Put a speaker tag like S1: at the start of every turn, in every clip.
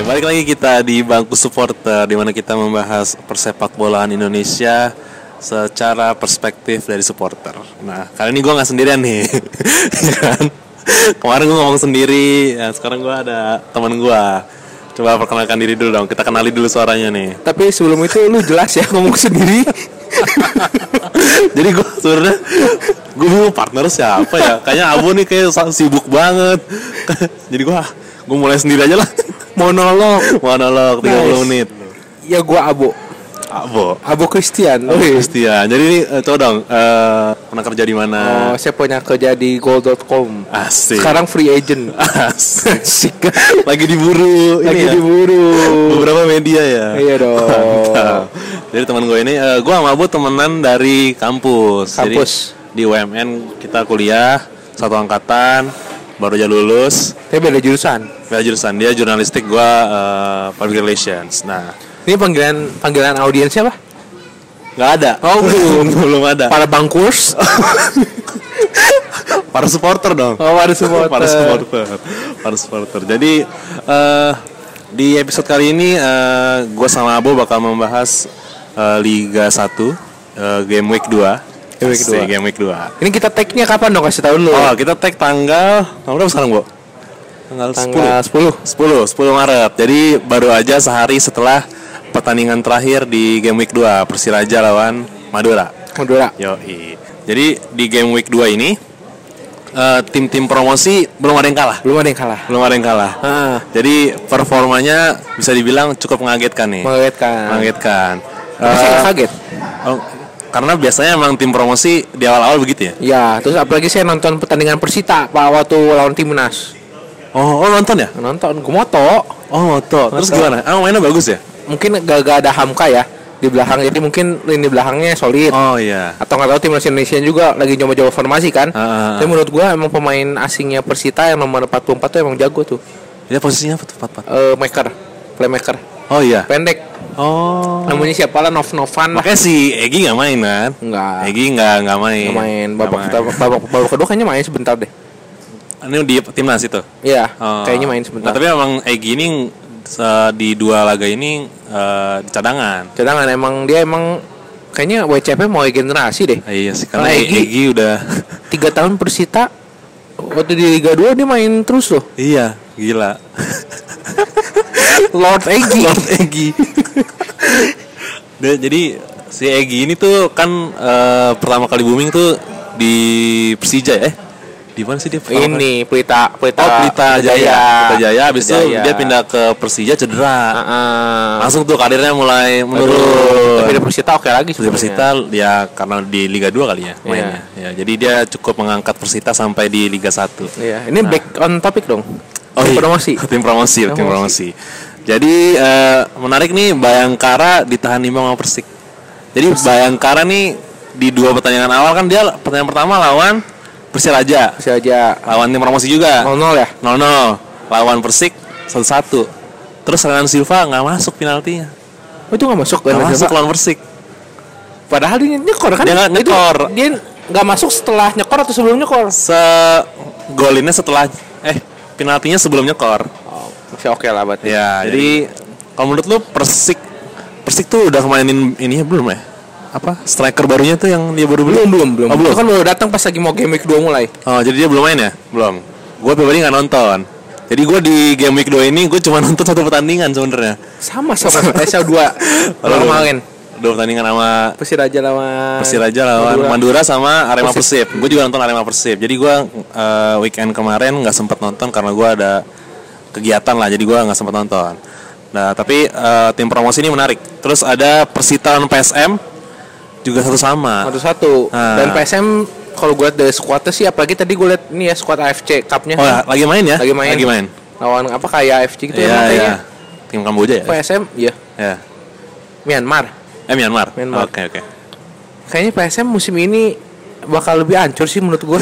S1: Balik lagi kita di bangku supporter di mana kita membahas persepak bolaan Indonesia secara perspektif dari supporter. Nah, kali ini gue nggak sendirian nih, Ya kan? Kemarin gue ngomong sendiri, ya, sekarang gue ada teman gue. Coba perkenalkan diri dulu dong. Kita kenali dulu suaranya nih.
S2: Tapi sebelum itu lu jelas ya ngomong sendiri.
S1: Jadi gue sebenarnya gue bingung partner siapa ya. Kayaknya Abu nih kayak sa- sibuk banget. Jadi gue gue mulai sendiri aja lah.
S2: Monolog.
S1: Monolog 30
S2: Nice.
S1: menit.
S2: Ya gua Abo.
S1: Abu.
S2: Abo Christian.
S1: Oh,
S2: Wih.
S1: Christian. Jadi ini eh, coba dong eh, pernah kerja di mana?
S2: Oh, saya punya kerja di gold.com.
S1: Asik.
S2: Sekarang free agent.
S1: Asik.
S2: Asik.
S1: Lagi diburu
S2: Lagi
S1: ini ya.
S2: diburu.
S1: Beberapa media ya.
S2: Iya dong.
S1: Mantap. Jadi teman gue ini eh, gue sama Bu temenan dari kampus. Jadi
S2: Kampus.
S1: di UMN kita kuliah satu angkatan baru aja lulus.
S2: Tapi beda jurusan.
S1: Beda jurusan dia jurnalistik gue eh, public relations. Nah,
S2: Ini panggilan panggilan audiensnya apa?
S1: nggak ada.
S2: Oh, belum.
S1: belum ada.
S2: Para bangkurs.
S1: Para supporter dong.
S2: Oh, para supporter.
S1: para supporter. Para supporter. Jadi eh, di episode kali ini gue sama Abo bakal membahas eh, Liga 1 eh, Game Week 2.
S2: Game Week
S1: Asik,
S2: 2.
S1: Game Week 2.
S2: Ini kita tag-nya kapan dong kasih tahu dulu.
S1: Oh, kita tag tanggal tanggal berapa sekarang, Bu? Tanggal,
S2: Tanggal
S1: 10. 10
S2: 10.
S1: 10 Maret. Jadi baru aja sehari setelah pertandingan terakhir di Game Week 2 Persiraja lawan Madura.
S2: Madura.
S1: Yoi. Jadi di Game Week 2 ini eh, tim-tim promosi belum ada yang kalah.
S2: Belum ada yang kalah.
S1: Belum ada yang kalah.
S2: Ah,
S1: Jadi performanya bisa dibilang cukup mengagetkan nih.
S2: mengagetkan.
S1: Mengagetkan.
S2: Tapi saya nggak kaget.
S1: Eh, oh, karena biasanya emang tim promosi di awal-awal begitu ya.
S2: Ya, terus apalagi saya nonton pertandingan Persita Pak waktu lawan Timnas.
S1: Oh, oh nonton ya?
S2: Nonton gue moto.
S1: Oh, moto. Terus
S2: Moto.
S1: gimana? Ah, mainnya bagus ya?
S2: Mungkin gak ada Hamka ya di belakang. Jadi mungkin lini belakangnya solid.
S1: Oh iya.
S2: Atau nggak tahu timnas Indonesia juga lagi nyoba-nyoba formasi kan.
S1: Ah, ah,
S2: Tapi menurut gua emang pemain asingnya Persita yang nomor 44 tuh emang jago tuh.
S1: Dia posisinya apa tuh? Pat, pat.
S2: Eh maker, playmaker,
S1: Oh iya.
S2: pendek.
S1: Oh.
S2: Namanya siapa lah Nov Novan.
S1: Makanya si Egi nggak main kan?
S2: Enggak.
S1: Egi nggak nggak main.
S2: Nah. Nggak main
S1: Nggak
S2: babak, kita- babak, babak kedua kayaknya main sebentar deh.
S1: Ini di timnas itu.
S2: Iya,
S1: Oh.
S2: kayaknya
S1: Nah,
S2: main sebentar.
S1: tapi emang Egi ini eh, di dua laga ini eh, di cadangan.
S2: Cadangan emang dia emang kayaknya WCP mau generasi deh.
S1: Ah, iya sih karena
S2: Karena
S1: Egi,
S2: Egy-
S1: Egy udah
S2: tiga tahun Persita waktu di Liga 2 dia main terus loh
S1: iya gila
S2: Lord Egy
S1: Lord Egy Dan jadi si Egy ini tuh kan eh, pertama kali booming tuh di Persija ya eh di mana sih dia pertama kali?
S2: ini Pelita Pelita
S1: Oh Pelita Jaya Pelita Jaya abis itu
S2: Jaya.
S1: dia pindah ke Persija cedera
S2: Heeh.
S1: langsung tuh karirnya mulai
S2: Aduh,
S1: menurun
S2: tapi di Persita oke
S1: Di
S2: lagi sebenarnya.
S1: Persita ya karena di Liga 2 kali ya
S2: Iya.
S1: mainnya. Ya, jadi dia cukup mengangkat Persita sampai di Liga 1.
S2: Iya, ini back on topic dong.
S1: Oh, iya.
S2: promosi.
S1: tim promosi, tim promosi.
S2: Promosi.
S1: Jadi eh, menarik nih Bayangkara ditahan imbang sama Persik. Jadi Bayangkara nih di dua pertandingan awal kan dia pertandingan pertama lawan Persiraja,
S2: Bisa aja
S1: lawan tim promosi juga.
S2: 0-0 ya.
S1: 0-0 lawan Persik 1-1. Terus Renan Silva nggak masuk penaltinya.
S2: Oh, itu nggak masuk
S1: Nggak
S2: Renan
S1: masuk
S2: Silva.
S1: lawan Persik.
S2: Padahal dia nyekor kan?
S1: Dia nggak
S2: Itu-
S1: nyekor.
S2: Dia nggak masuk setelah nyekor atau sebelum nyekor?
S1: Se golinnya setelah eh penaltinya sebelumnya kor.
S2: Oh, masih oke lah berarti.
S1: Ya, jadi kalau menurut lu Persik Persik tuh udah mainin ininya belum ya? Apa striker barunya tuh yang dia baru beli?
S2: belum belum belum.
S1: Oh, belum.
S2: Itu kan baru datang pas lagi mau game week 2 mulai.
S1: Oh, jadi dia belum main ya? Belum. Gue pribadi nggak nonton. Jadi gue di game week 2 ini gue cuma nonton satu pertandingan sebenarnya.
S2: Sama sama SL 2
S1: Lalu-
S2: kemarin.
S1: Dua pertandingan sama
S2: Persiraja lawan
S1: Persiraja lawan Madura, sama Arema Persib. Gue juga nonton Arema Persib. Jadi gue eh, weekend kemarin nggak sempat nonton karena gue ada kegiatan lah. Jadi gue nggak sempat nonton. Nah tapi eh, tim promosi ini menarik. Terus ada Persita lawan PSM juga satu sama.
S2: satu satu
S1: Ah.
S2: dan PSM kalau gue lihat dari squadnya sih apalagi tadi gue lihat ini ya squad AFC Cupnya
S1: Oh ya, lagi main ya?
S2: lagi main
S1: Lagi main.
S2: lawan apa kayak AFC gitu
S1: Iya
S2: emang
S1: iya.
S2: kayaknya.
S1: Tim Kamboja ya?
S2: PSM ya
S1: Ya.
S2: Myanmar
S1: Eh Myanmar.
S2: Myanmar.
S1: Oke oke.
S2: kayaknya PSM musim ini bakal lebih hancur sih menurut gue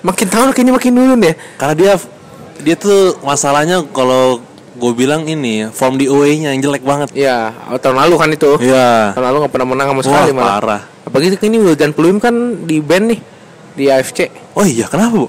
S2: makin tahun kayaknya makin nurun ya
S1: Karena dia dia tuh masalahnya kalau gue bilang ini form di away-nya yang jelek banget.
S2: ya tahun lalu kan itu
S1: Iya.
S2: tahun lalu nggak pernah menang sama
S1: Wah
S2: sekali malah
S1: parah.
S2: apalagi ini Wildan Pluim kan di band nih di AFC
S1: Oh iya kenapa bu?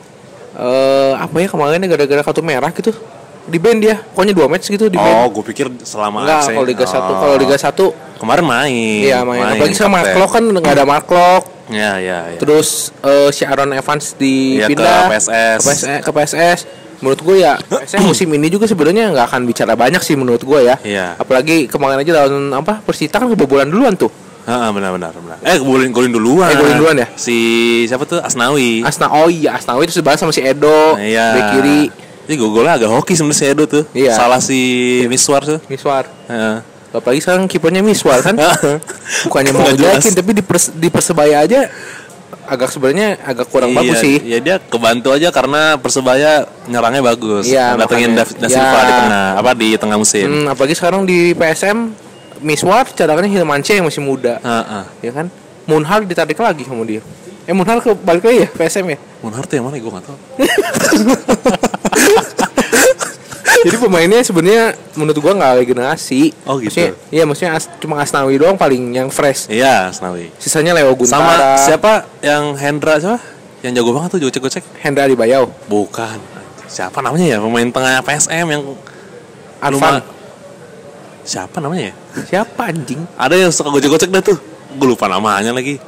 S2: eh apa ya kemarin gara-gara kartu merah gitu di band dia pokoknya dua match gitu di
S1: oh
S2: band
S1: gue pikir selama
S2: enggak
S1: absen.
S2: kalau Liga 1
S1: Oh.
S2: kalau Liga 1
S1: kemarin main
S2: iya main, apalagi sama
S1: kapten.
S2: Marklock kan nggak ada Marklock
S1: ya ya, ya.
S2: terus eh, si Aaron
S1: Iya,
S2: Evans
S1: ke
S2: dipindah
S1: PSS.
S2: ke PSS, ke PSS. menurut gue ya PSS musim ini juga sebenarnya nggak akan bicara banyak sih menurut gue ya
S1: Iya.
S2: apalagi kemarin aja lawan apa Persita kan kebobolan duluan tuh
S1: Heeh, benar benar benar. Eh golin golin duluan.
S2: Eh, golin duluan ya?
S1: Si siapa tuh Asnawi.
S2: Asna oh iya Asnawi itu sebelah sama si
S1: Nah,
S2: Edo
S1: Iya.
S2: bek kiri
S1: Jadi gue golnya agak hoki sebenarnya si Edo tuh.
S2: Iya.
S1: Salah si Miswar tuh.
S2: Miswar
S1: Heeh.
S2: apalagi sekarang kipernya Miswar kan bukannya mau
S1: Nggak jelas.
S2: ngejelekin tapi di, pers, di persebaya aja agak sebenarnya agak kurang
S1: Iya,
S2: bagus sih
S1: Ya dia kebantu aja karena Persebaya nyerangnya bagus.
S2: Iya,
S1: Datengin
S2: makanya.
S1: Da, Da Silva
S2: Iya.
S1: di tengah apa di tengah musim.
S2: Hmm, apalagi sekarang di PSM Miswar cadangannya Hilmansyah yang masih muda
S1: Heeh.
S2: ya kan Munhal ditarik lagi sama dia eh Munhal ke balik lagi ya PSM ya
S1: Munhar tuh yang mana gue gak tau
S2: jadi pemainnya sebenarnya menurut gua nggak regenerasi
S1: Oh, gitu.
S2: Maksudnya- iya maksudnya as- cuma Asnawi doang paling yang fresh
S1: Iya Asnawi
S2: sisanya Leo
S1: Sama
S2: Guntara
S1: siapa yang Hendra siapa? Yang jago banget tuh gocek-gocek
S2: Hendra Dibayau
S1: Bukan Siapa namanya ya pemain tengah PSM yang
S2: Arfan
S1: Luma- Siapa namanya ya?
S2: siapa anjing
S1: Ada yang suka gocek-gocek dah tuh. Gue lupa namanya lagi.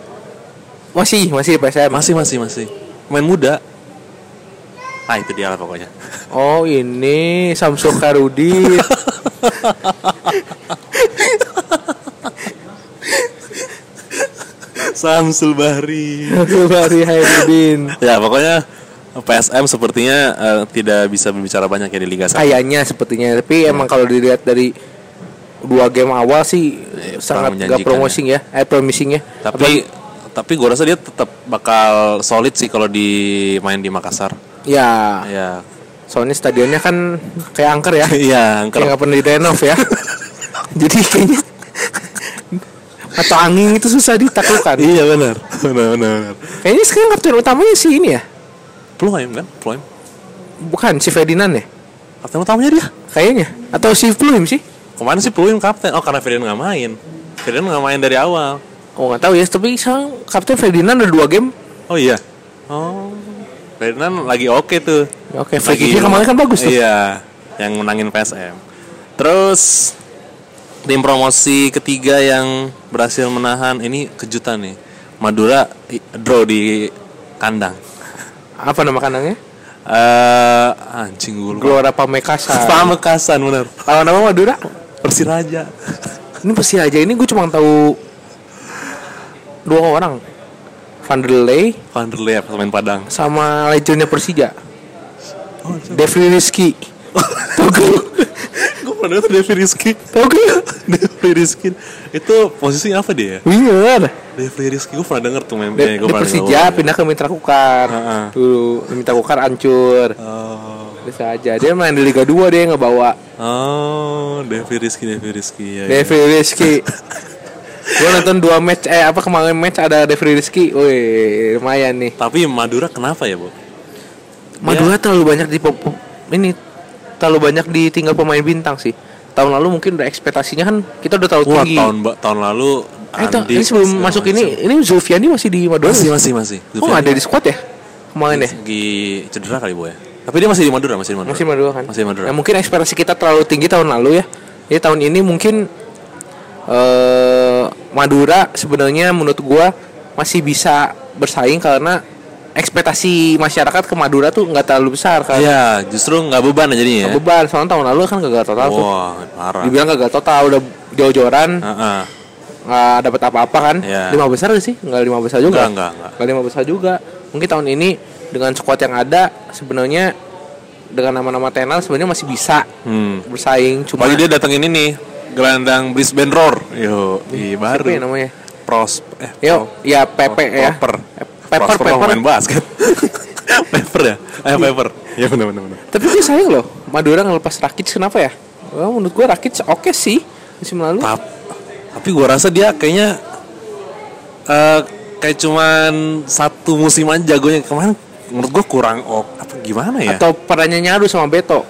S2: masih masih PSM
S1: Masih masih masih. Main muda. Ah itu dia lah pokoknya.
S2: oh ini Samsul Karudin
S1: Samsul Bahri.
S2: Samsul Bari Hairudin
S1: Ya pokoknya PSM sepertinya eh, tidak bisa berbicara banyak ya di Liga 1.
S2: kayaknya sepertinya
S1: Hmm.
S2: tapi emang kalau dilihat dari dua game awal sih
S1: Eh, kurang
S2: sangat nggak
S1: menjanjikan
S2: promising ya eh promising ya
S1: Tapi tapi gue rasa dia tetap bakal solid sih kalau di main di Makassar.
S2: ya
S1: Ya.
S2: soalnya stadionnya kan kayak angker ya
S1: Iya, angker.
S2: kayak nggak pernah direnov ya jadi kayaknya atau angin itu susah ditaklukkan
S1: Iya benar. Benar benar. benar.
S2: kayaknya sekarang kapten utamanya si ini ya
S1: Ploem kan? Ploem.
S2: bukan si Ferdinand ya
S1: Kapten utamanya dia.
S2: kayaknya atau si Pluim sih
S1: Kemarin sih Ploem kapten. Oh karena Ferdinand nggak main. Ferdinand nggak main dari awal.
S2: oh nggak tahu ya tapi sekarang kapten Ferdinand udah dua game
S1: Oh iya. Oh. Ferdinand lagi oke tuh.
S2: oke free kicknya kemarin kan bagus tuh
S1: Iya. Yang menangin PSM. Terus tim promosi ketiga yang berhasil menahan ini kejutan nih. Madura i- draw di kandang.
S2: apa nama kandangnya
S1: Eh anjing gue lupa.
S2: Gelora Pamekasan
S1: Pamekasan bener.
S2: lawan nama Madura
S1: Persiraja.
S2: ini Persiraja ini gue cuma tahu dua orang Van der Ley
S1: Vanderlei pemain Padang.
S2: sama legendnya Persija. Devri Rizky. Tau gak?
S1: gue pernah tuh Devi Rizky.
S2: Tau gak?
S1: Devi Rizky. Itu posisinya apa dia?
S2: Iya, Bener.
S1: Devi Rizky gue pernah denger tuh meme.
S2: Dia
S1: Iya, Gua pernah
S2: Persija
S1: denger. Ah,
S2: pindah ke Mitra Kukar.
S1: Heeh.
S2: Dulu Mitra Kukar hancur.
S1: Oh.
S2: Bisa aja dia main di Liga 2 dia ngebawa
S1: Oh, Devi Rizky, Devi Rizky ya. ya.
S2: Devri Rizky. Gue nonton dua match eh apa kemarin match ada Devri Rizky. Wih, lumayan nih.
S1: Tapi Madura kenapa ya, Bu? Ya.
S2: Madura terlalu banyak di pop- pop- ini terlalu banyak ditinggal pemain bintang sih. Tahun lalu mungkin udah ekspektasinya kan kita udah tahu
S1: Wah,
S2: tinggi.
S1: tahun ba- tahun lalu
S2: Eh, ta-
S1: Andi
S2: ini sebelum
S1: segala
S2: masuk
S1: macam.
S2: ini, ini Zulfiani masih di Madura.
S1: masih masih masih.
S2: Kok nggak ada di squad ya? Kemarin ya?
S1: Lagi cedera kali, Bu ya. Tapi dia masih di Madura, masih di Madura.
S2: Masih Madura kan?
S1: Masih di Madura.
S2: Ya, mungkin ekspektasi kita terlalu tinggi tahun lalu ya. Jadi tahun ini mungkin eh Madura sebenarnya menurut gua masih bisa bersaing karena ekspektasi masyarakat ke Madura tuh nggak terlalu besar kan.
S1: Iya, justru nggak beban jadinya ya.
S2: Beban soalnya tahun lalu kan gagal total tuh.
S1: Wah, parah.
S2: Dibilang gagal total udah jauh-jauhan
S1: Heeh.
S2: nggak dapat apa-apa kan?
S1: Iya.
S2: Lima besar gak sih? Nggak lima besar juga.
S1: Enggak, enggak, enggak.
S2: Gak lima besar juga. Mungkin tahun ini dengan squad yang ada sebenarnya dengan nama-nama tenar sebenarnya masih bisa
S1: Hmm.
S2: bersaing cuma
S1: Pagi dia datengin ini gelandang Brisbane Roar. Yo, iya
S2: apa ya
S1: baru.
S2: namanya?
S1: Pros eh
S2: Yo, ya PP ya.
S1: Proper.
S2: Pepper,
S1: Prosper
S2: Pepper.
S1: main basket. Pepper ya? Eh, Pepper.
S2: Iya,
S1: Ya benar benar benar.
S2: Tapi gue sayang loh, Madura ngelepas Rakic kenapa ya? Wah, menurut gue Rakic oke sih musim lalu.
S1: Tap- tapi gua rasa dia kayaknya eh kayak cuman satu musim aja jagonya kemarin menurut gua kurang ok apa gimana ya? Atau,
S2: Atau perannya nyadu sama Beto.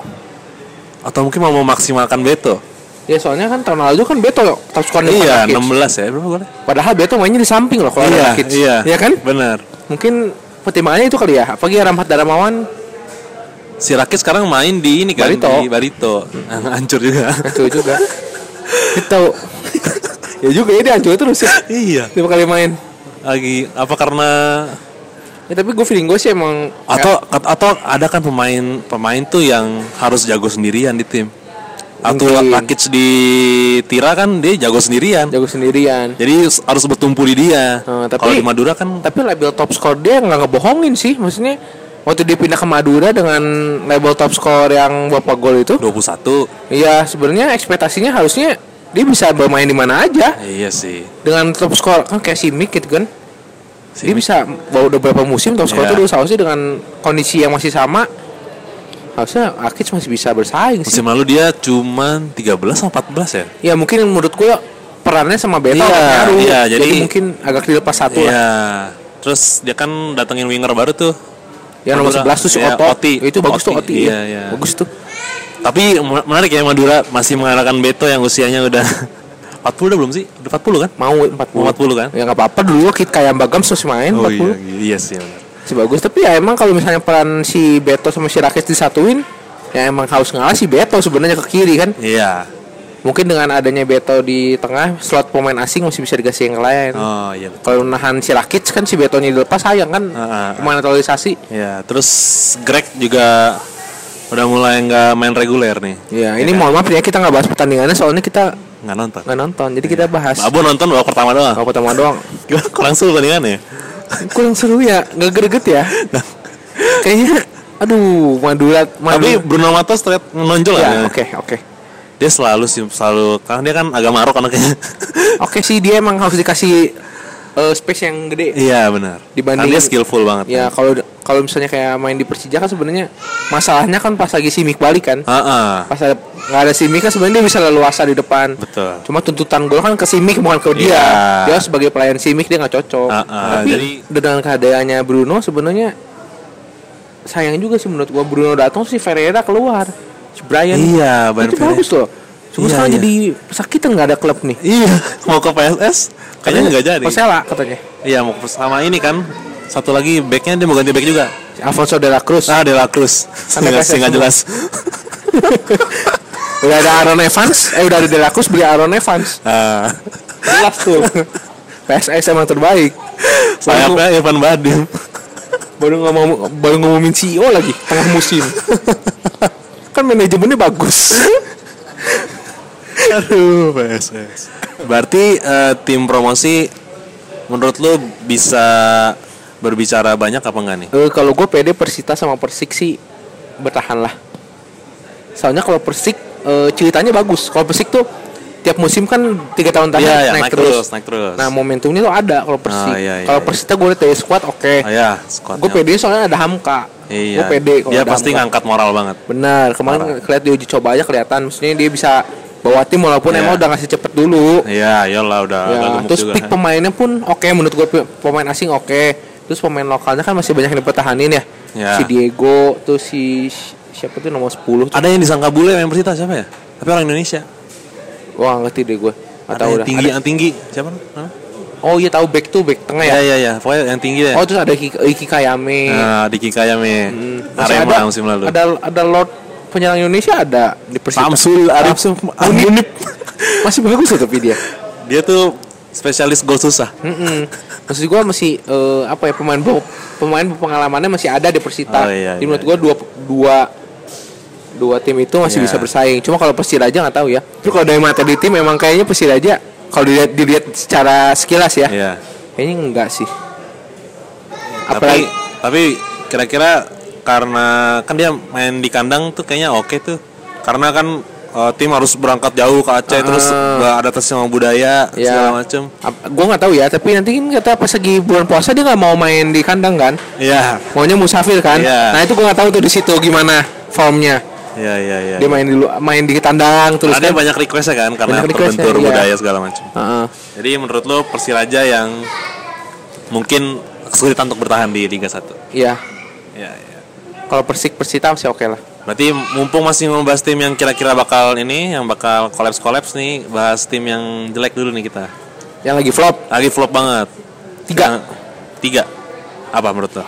S1: mungkin mau memaksimalkan Beto.
S2: Ya soalnya kan tahun lalu kan Beto top score
S1: Iya, 16 ya, berapa golnya?
S2: Padahal Beto mainnya di samping loh kalau
S1: Iya,
S2: ada Rakic.
S1: iya.
S2: kan?
S1: Benar.
S2: Mungkin pertimbangannya itu kali ya. Apalagi Ramhat Darmawan
S1: Si Raki sekarang main di ini kan
S2: Barito.
S1: di Barito. Nah, Hancur juga.
S2: Betul Eh, juga. Itu ya juga ya dia hancur terus ya.
S1: iya.
S2: Lima kali main.
S1: Lagi apa karena
S2: Ya, tapi gue feeling gue sih emang
S1: atau kat- atau ada kan pemain pemain tuh yang harus jago sendirian di tim. Atau
S2: Mungkin.
S1: Rakic di Tira kan dia jago sendirian.
S2: jago sendirian.
S1: Jadi s- harus bertumpu di dia.
S2: Eh, tapi-
S1: Kalau di Madura kan
S2: Tapi label top score dia nggak ngebohongin sih. Maksudnya waktu dia pindah ke Madura dengan label top score yang bapak gol itu,
S1: 21.
S2: ya sebenarnya ekspektasinya harusnya dia bisa bermain di mana aja
S1: Iya sih.
S2: dengan top score kan kayak si Mick gitu kan.
S1: Si
S2: dia bisa bawa udah berapa musim top score
S1: Iya.
S2: tuh dulu harusnya dengan kondisi yang masih sama harusnya Akic masih bisa bersaing sih.
S1: Musim lalu dia cuman 13 atau 14 ya?
S2: Ya mungkin menurut gue perannya sama Beta
S1: Iya,
S2: agak ngaruh.
S1: iya,
S2: jadi,
S1: jadi-
S2: mungkin agak dilepas satu lah.
S1: Iya. Terus dia kan datengin winger baru tuh.
S2: Yang nomor
S1: Madura.
S2: 11 tuh si
S1: Iya,
S2: Oto.
S1: Oti.
S2: Itu bagus tuh
S1: Oti,
S2: Oti.
S1: iya, iya.
S2: Bagus tuh.
S1: Tapi men- menarik ya Madura masih mengalahkan Beto yang usianya udah 40 udah belum sih? Udah 40 kan?
S2: Mau 40.
S1: 40 kan?
S2: Ya enggak apa-apa dulu kita kayak Bagam masih main 40.
S1: iya, iya sih. benar.
S2: Si bagus tapi ya emang kalau misalnya peran si Beto sama si Rakes disatuin ya emang harus ngalah si Beto sebenarnya ke kiri kan.
S1: Iya.
S2: Mungkin dengan adanya Beto di tengah slot pemain asing masih bisa dikasih yang lain.
S1: Oh iya.
S2: Kalau nahan si Rakic kan si Betonya dilepas sayang kan
S1: ah, ah.
S2: pemain naturalisasi.
S1: Ya, terus Greg juga udah mulai nggak main reguler nih.
S2: Ya,
S1: iya.
S2: ini mohon maaf ya kita nggak bahas pertandingannya soalnya kita
S1: nggak nonton. Oh,
S2: nggak nonton. Jadi kita bahas
S1: Abu nonton babak pertama doang. kan ya,
S2: kalau pertama doang.
S1: Gimana kurang seru pertandingannya?
S2: Kurang seru ya, nggak greget ya.
S1: Nah.
S2: Kayaknya aduh, Madura
S1: Tapi
S2: Madura.
S1: Bruno Matos terlihat menonjol
S2: ya,
S1: kan?
S2: oke, oke.
S1: Dia selalu sih selalu karena dia kan agak maruk anaknya.
S2: Oke sih dia emang harus dikasih eh, space yang gede.
S1: iya benar.
S2: Dibanding-
S1: Karena dia skillful banget.
S2: Ya kalau kalau misalnya kayak main di Persija kan sebenarnya masalahnya kan pas lagi simik balik
S1: Ah.
S2: kan.
S1: Heeh.
S2: Pas ada nggak ada simik kan sebenarnya dia bisa leluasa di depan.
S1: Betul.
S2: Cuma tuntutan gol kan ke Simic bukan ke dia.
S1: Iya.
S2: Dia sebagai pelayan Simic dia nggak cocok.
S1: Ah, ah,
S2: Tapi
S1: jadi-
S2: dengan keadaannya Bruno sebenarnya sayang juga sih menurut gua Bruno datang si Ferreira keluar. Si Brian.
S1: Iya, Brian
S2: Itu
S1: Ferreira.
S2: bagus loh. Cuma
S1: Iya,
S2: sekarang
S1: iya.
S2: jadi sakitan nggak ada klub nih.
S1: Iya, mau ke PSS kayaknya
S2: Iya.
S1: nggak jadi.
S2: Persela katanya.
S1: Iya, mau ke- sama ini kan. Satu lagi backnya dia mau ganti back juga.
S2: Si Alfonso de la Cruz.
S1: Ah, De La Cruz.
S2: Sampai
S1: Nggak-
S2: PSS
S1: nggak
S2: semua.
S1: jelas.
S2: Udah ada Aaron Evans, eh udah ada de la Cruz beli Aaron Evans.
S1: Ah,
S2: Jelas tuh. PSS emang terbaik. Baru,
S1: sayapnya Irfan Badim.
S2: baru ngomong baru ngomongin
S1: E
S2: CEO lagi tengah musim. kan manajemennya bagus.
S1: Aduh, PSS. Berarti eh, tim promosi menurut lu bisa berbicara banyak apa enggak nih?
S2: Eh, kalau gue pede Persita sama Persik sih bertahan lah. Soalnya kalau Persik eh, ceritanya bagus. Kalau Persik tuh tiap musim kan tiga tahun terakhir
S1: Iya, ya,
S2: naik,
S1: naik
S2: terus.
S1: terus, naik terus.
S2: Nah momentumnya tuh ada kalau Persik.
S1: Ah, iya, iya,
S2: kalau
S1: iya.
S2: Persita gue liat dari squad oke.
S1: Ah, ya, squadnya.
S2: gue pede soalnya ada Hamka.
S1: Iya.
S2: Gue pede kalau
S1: Dia
S2: ada
S1: pasti
S2: Hamka.
S1: ngangkat moral banget.
S2: Benar. Kemarin kelihatan di uji coba aja kelihatan. Maksudnya dia bisa bawa tim walaupun
S1: Iya.
S2: emang udah ngasih cepet dulu.
S1: Iya, iyalah udah agak
S2: Ya,
S1: gemuk
S2: terus
S1: juga.
S2: pick pemainnya pun oke menurut gue pemain asing oke. Terus pemain lokalnya kan masih banyak yang dipertahanin ya.
S1: Ya.
S2: Si Diego, terus si siapa tuh nomor 10 tuh.
S1: Ada yang disangka bule main Persita siapa ya? Tapi orang Indonesia.
S2: Wah, nggak ngerti deh gue. Nggak
S1: Ada
S2: tahu
S1: yang
S2: dah.
S1: tinggi,
S2: Ada-
S1: yang tinggi. Siapa? Hah?
S2: Oh iya tahu back to back tengah ya.
S1: Iya, iya, iya. Pokoknya yang tinggi deh.
S2: Oh terus ada Iki, Iki Kayame.
S1: Nah, di Kikayame.
S2: Masih
S1: Arema
S2: ada-
S1: musim lalu.
S2: Ada ada Lord penyerang Indonesia ada di Persita.
S1: Samsul Arif
S2: Samsul
S1: Unip.
S2: Masih bagus loh tapi dia.
S1: Dia tuh spesialis gol susah.
S2: Mm-mm. Maksud gue masih eh, apa ya pemain bo- pemain pengalamannya masih ada di Persita.
S1: Oh, iya,
S2: Jadi
S1: iya,
S2: menurut gue dua dua dua tim itu masih
S1: Iya.
S2: bisa bersaing. Cuma kalau Persiraja nggak tahu ya. Terus kalau dari materi tim emang kayaknya Persiraja kalau dilihat dilihat secara sekilas ya,
S1: Iya.
S2: kayaknya enggak sih.
S1: Tapi
S2: Apalagi
S1: tapi kira-kira karena kan dia main di kandang tuh kayaknya oke tuh. Karena kan eh, tim harus berangkat jauh ke Aceh
S2: Ah.
S1: terus beradaptasi sama budaya
S2: Ya.
S1: segala macem.
S2: gue nggak tahu ya. Tapi nanti kan kata pas lagi bulan puasa dia nggak mau main di kandang kan?
S1: Iya.
S2: Maunya musafir kan?
S1: Iya.
S2: Nah itu gue nggak tahu tuh di situ gimana formnya.
S1: Iya, iya, iya.
S2: Dia main di lu- main di kandang terus
S1: Ada
S2: kan?
S1: banyak requestnya kan karena
S2: Banyak requestnya,
S1: terbentur
S2: iya.
S1: budaya segala macam.
S2: Heeh.
S1: Jadi menurut lo Persiraja yang mungkin kesulitan untuk bertahan di Liga 1.
S2: Iya.
S1: Iya, iya.
S2: Kalau Persik Persita masih oke lah.
S1: Berarti mumpung masih membahas tim yang kira-kira bakal ini yang bakal kolaps-kolaps nih, bahas tim yang jelek dulu nih kita.
S2: Yang lagi flop
S1: Lagi flop banget.
S2: Tiga.
S1: Yang- tiga. Apa menurut lo?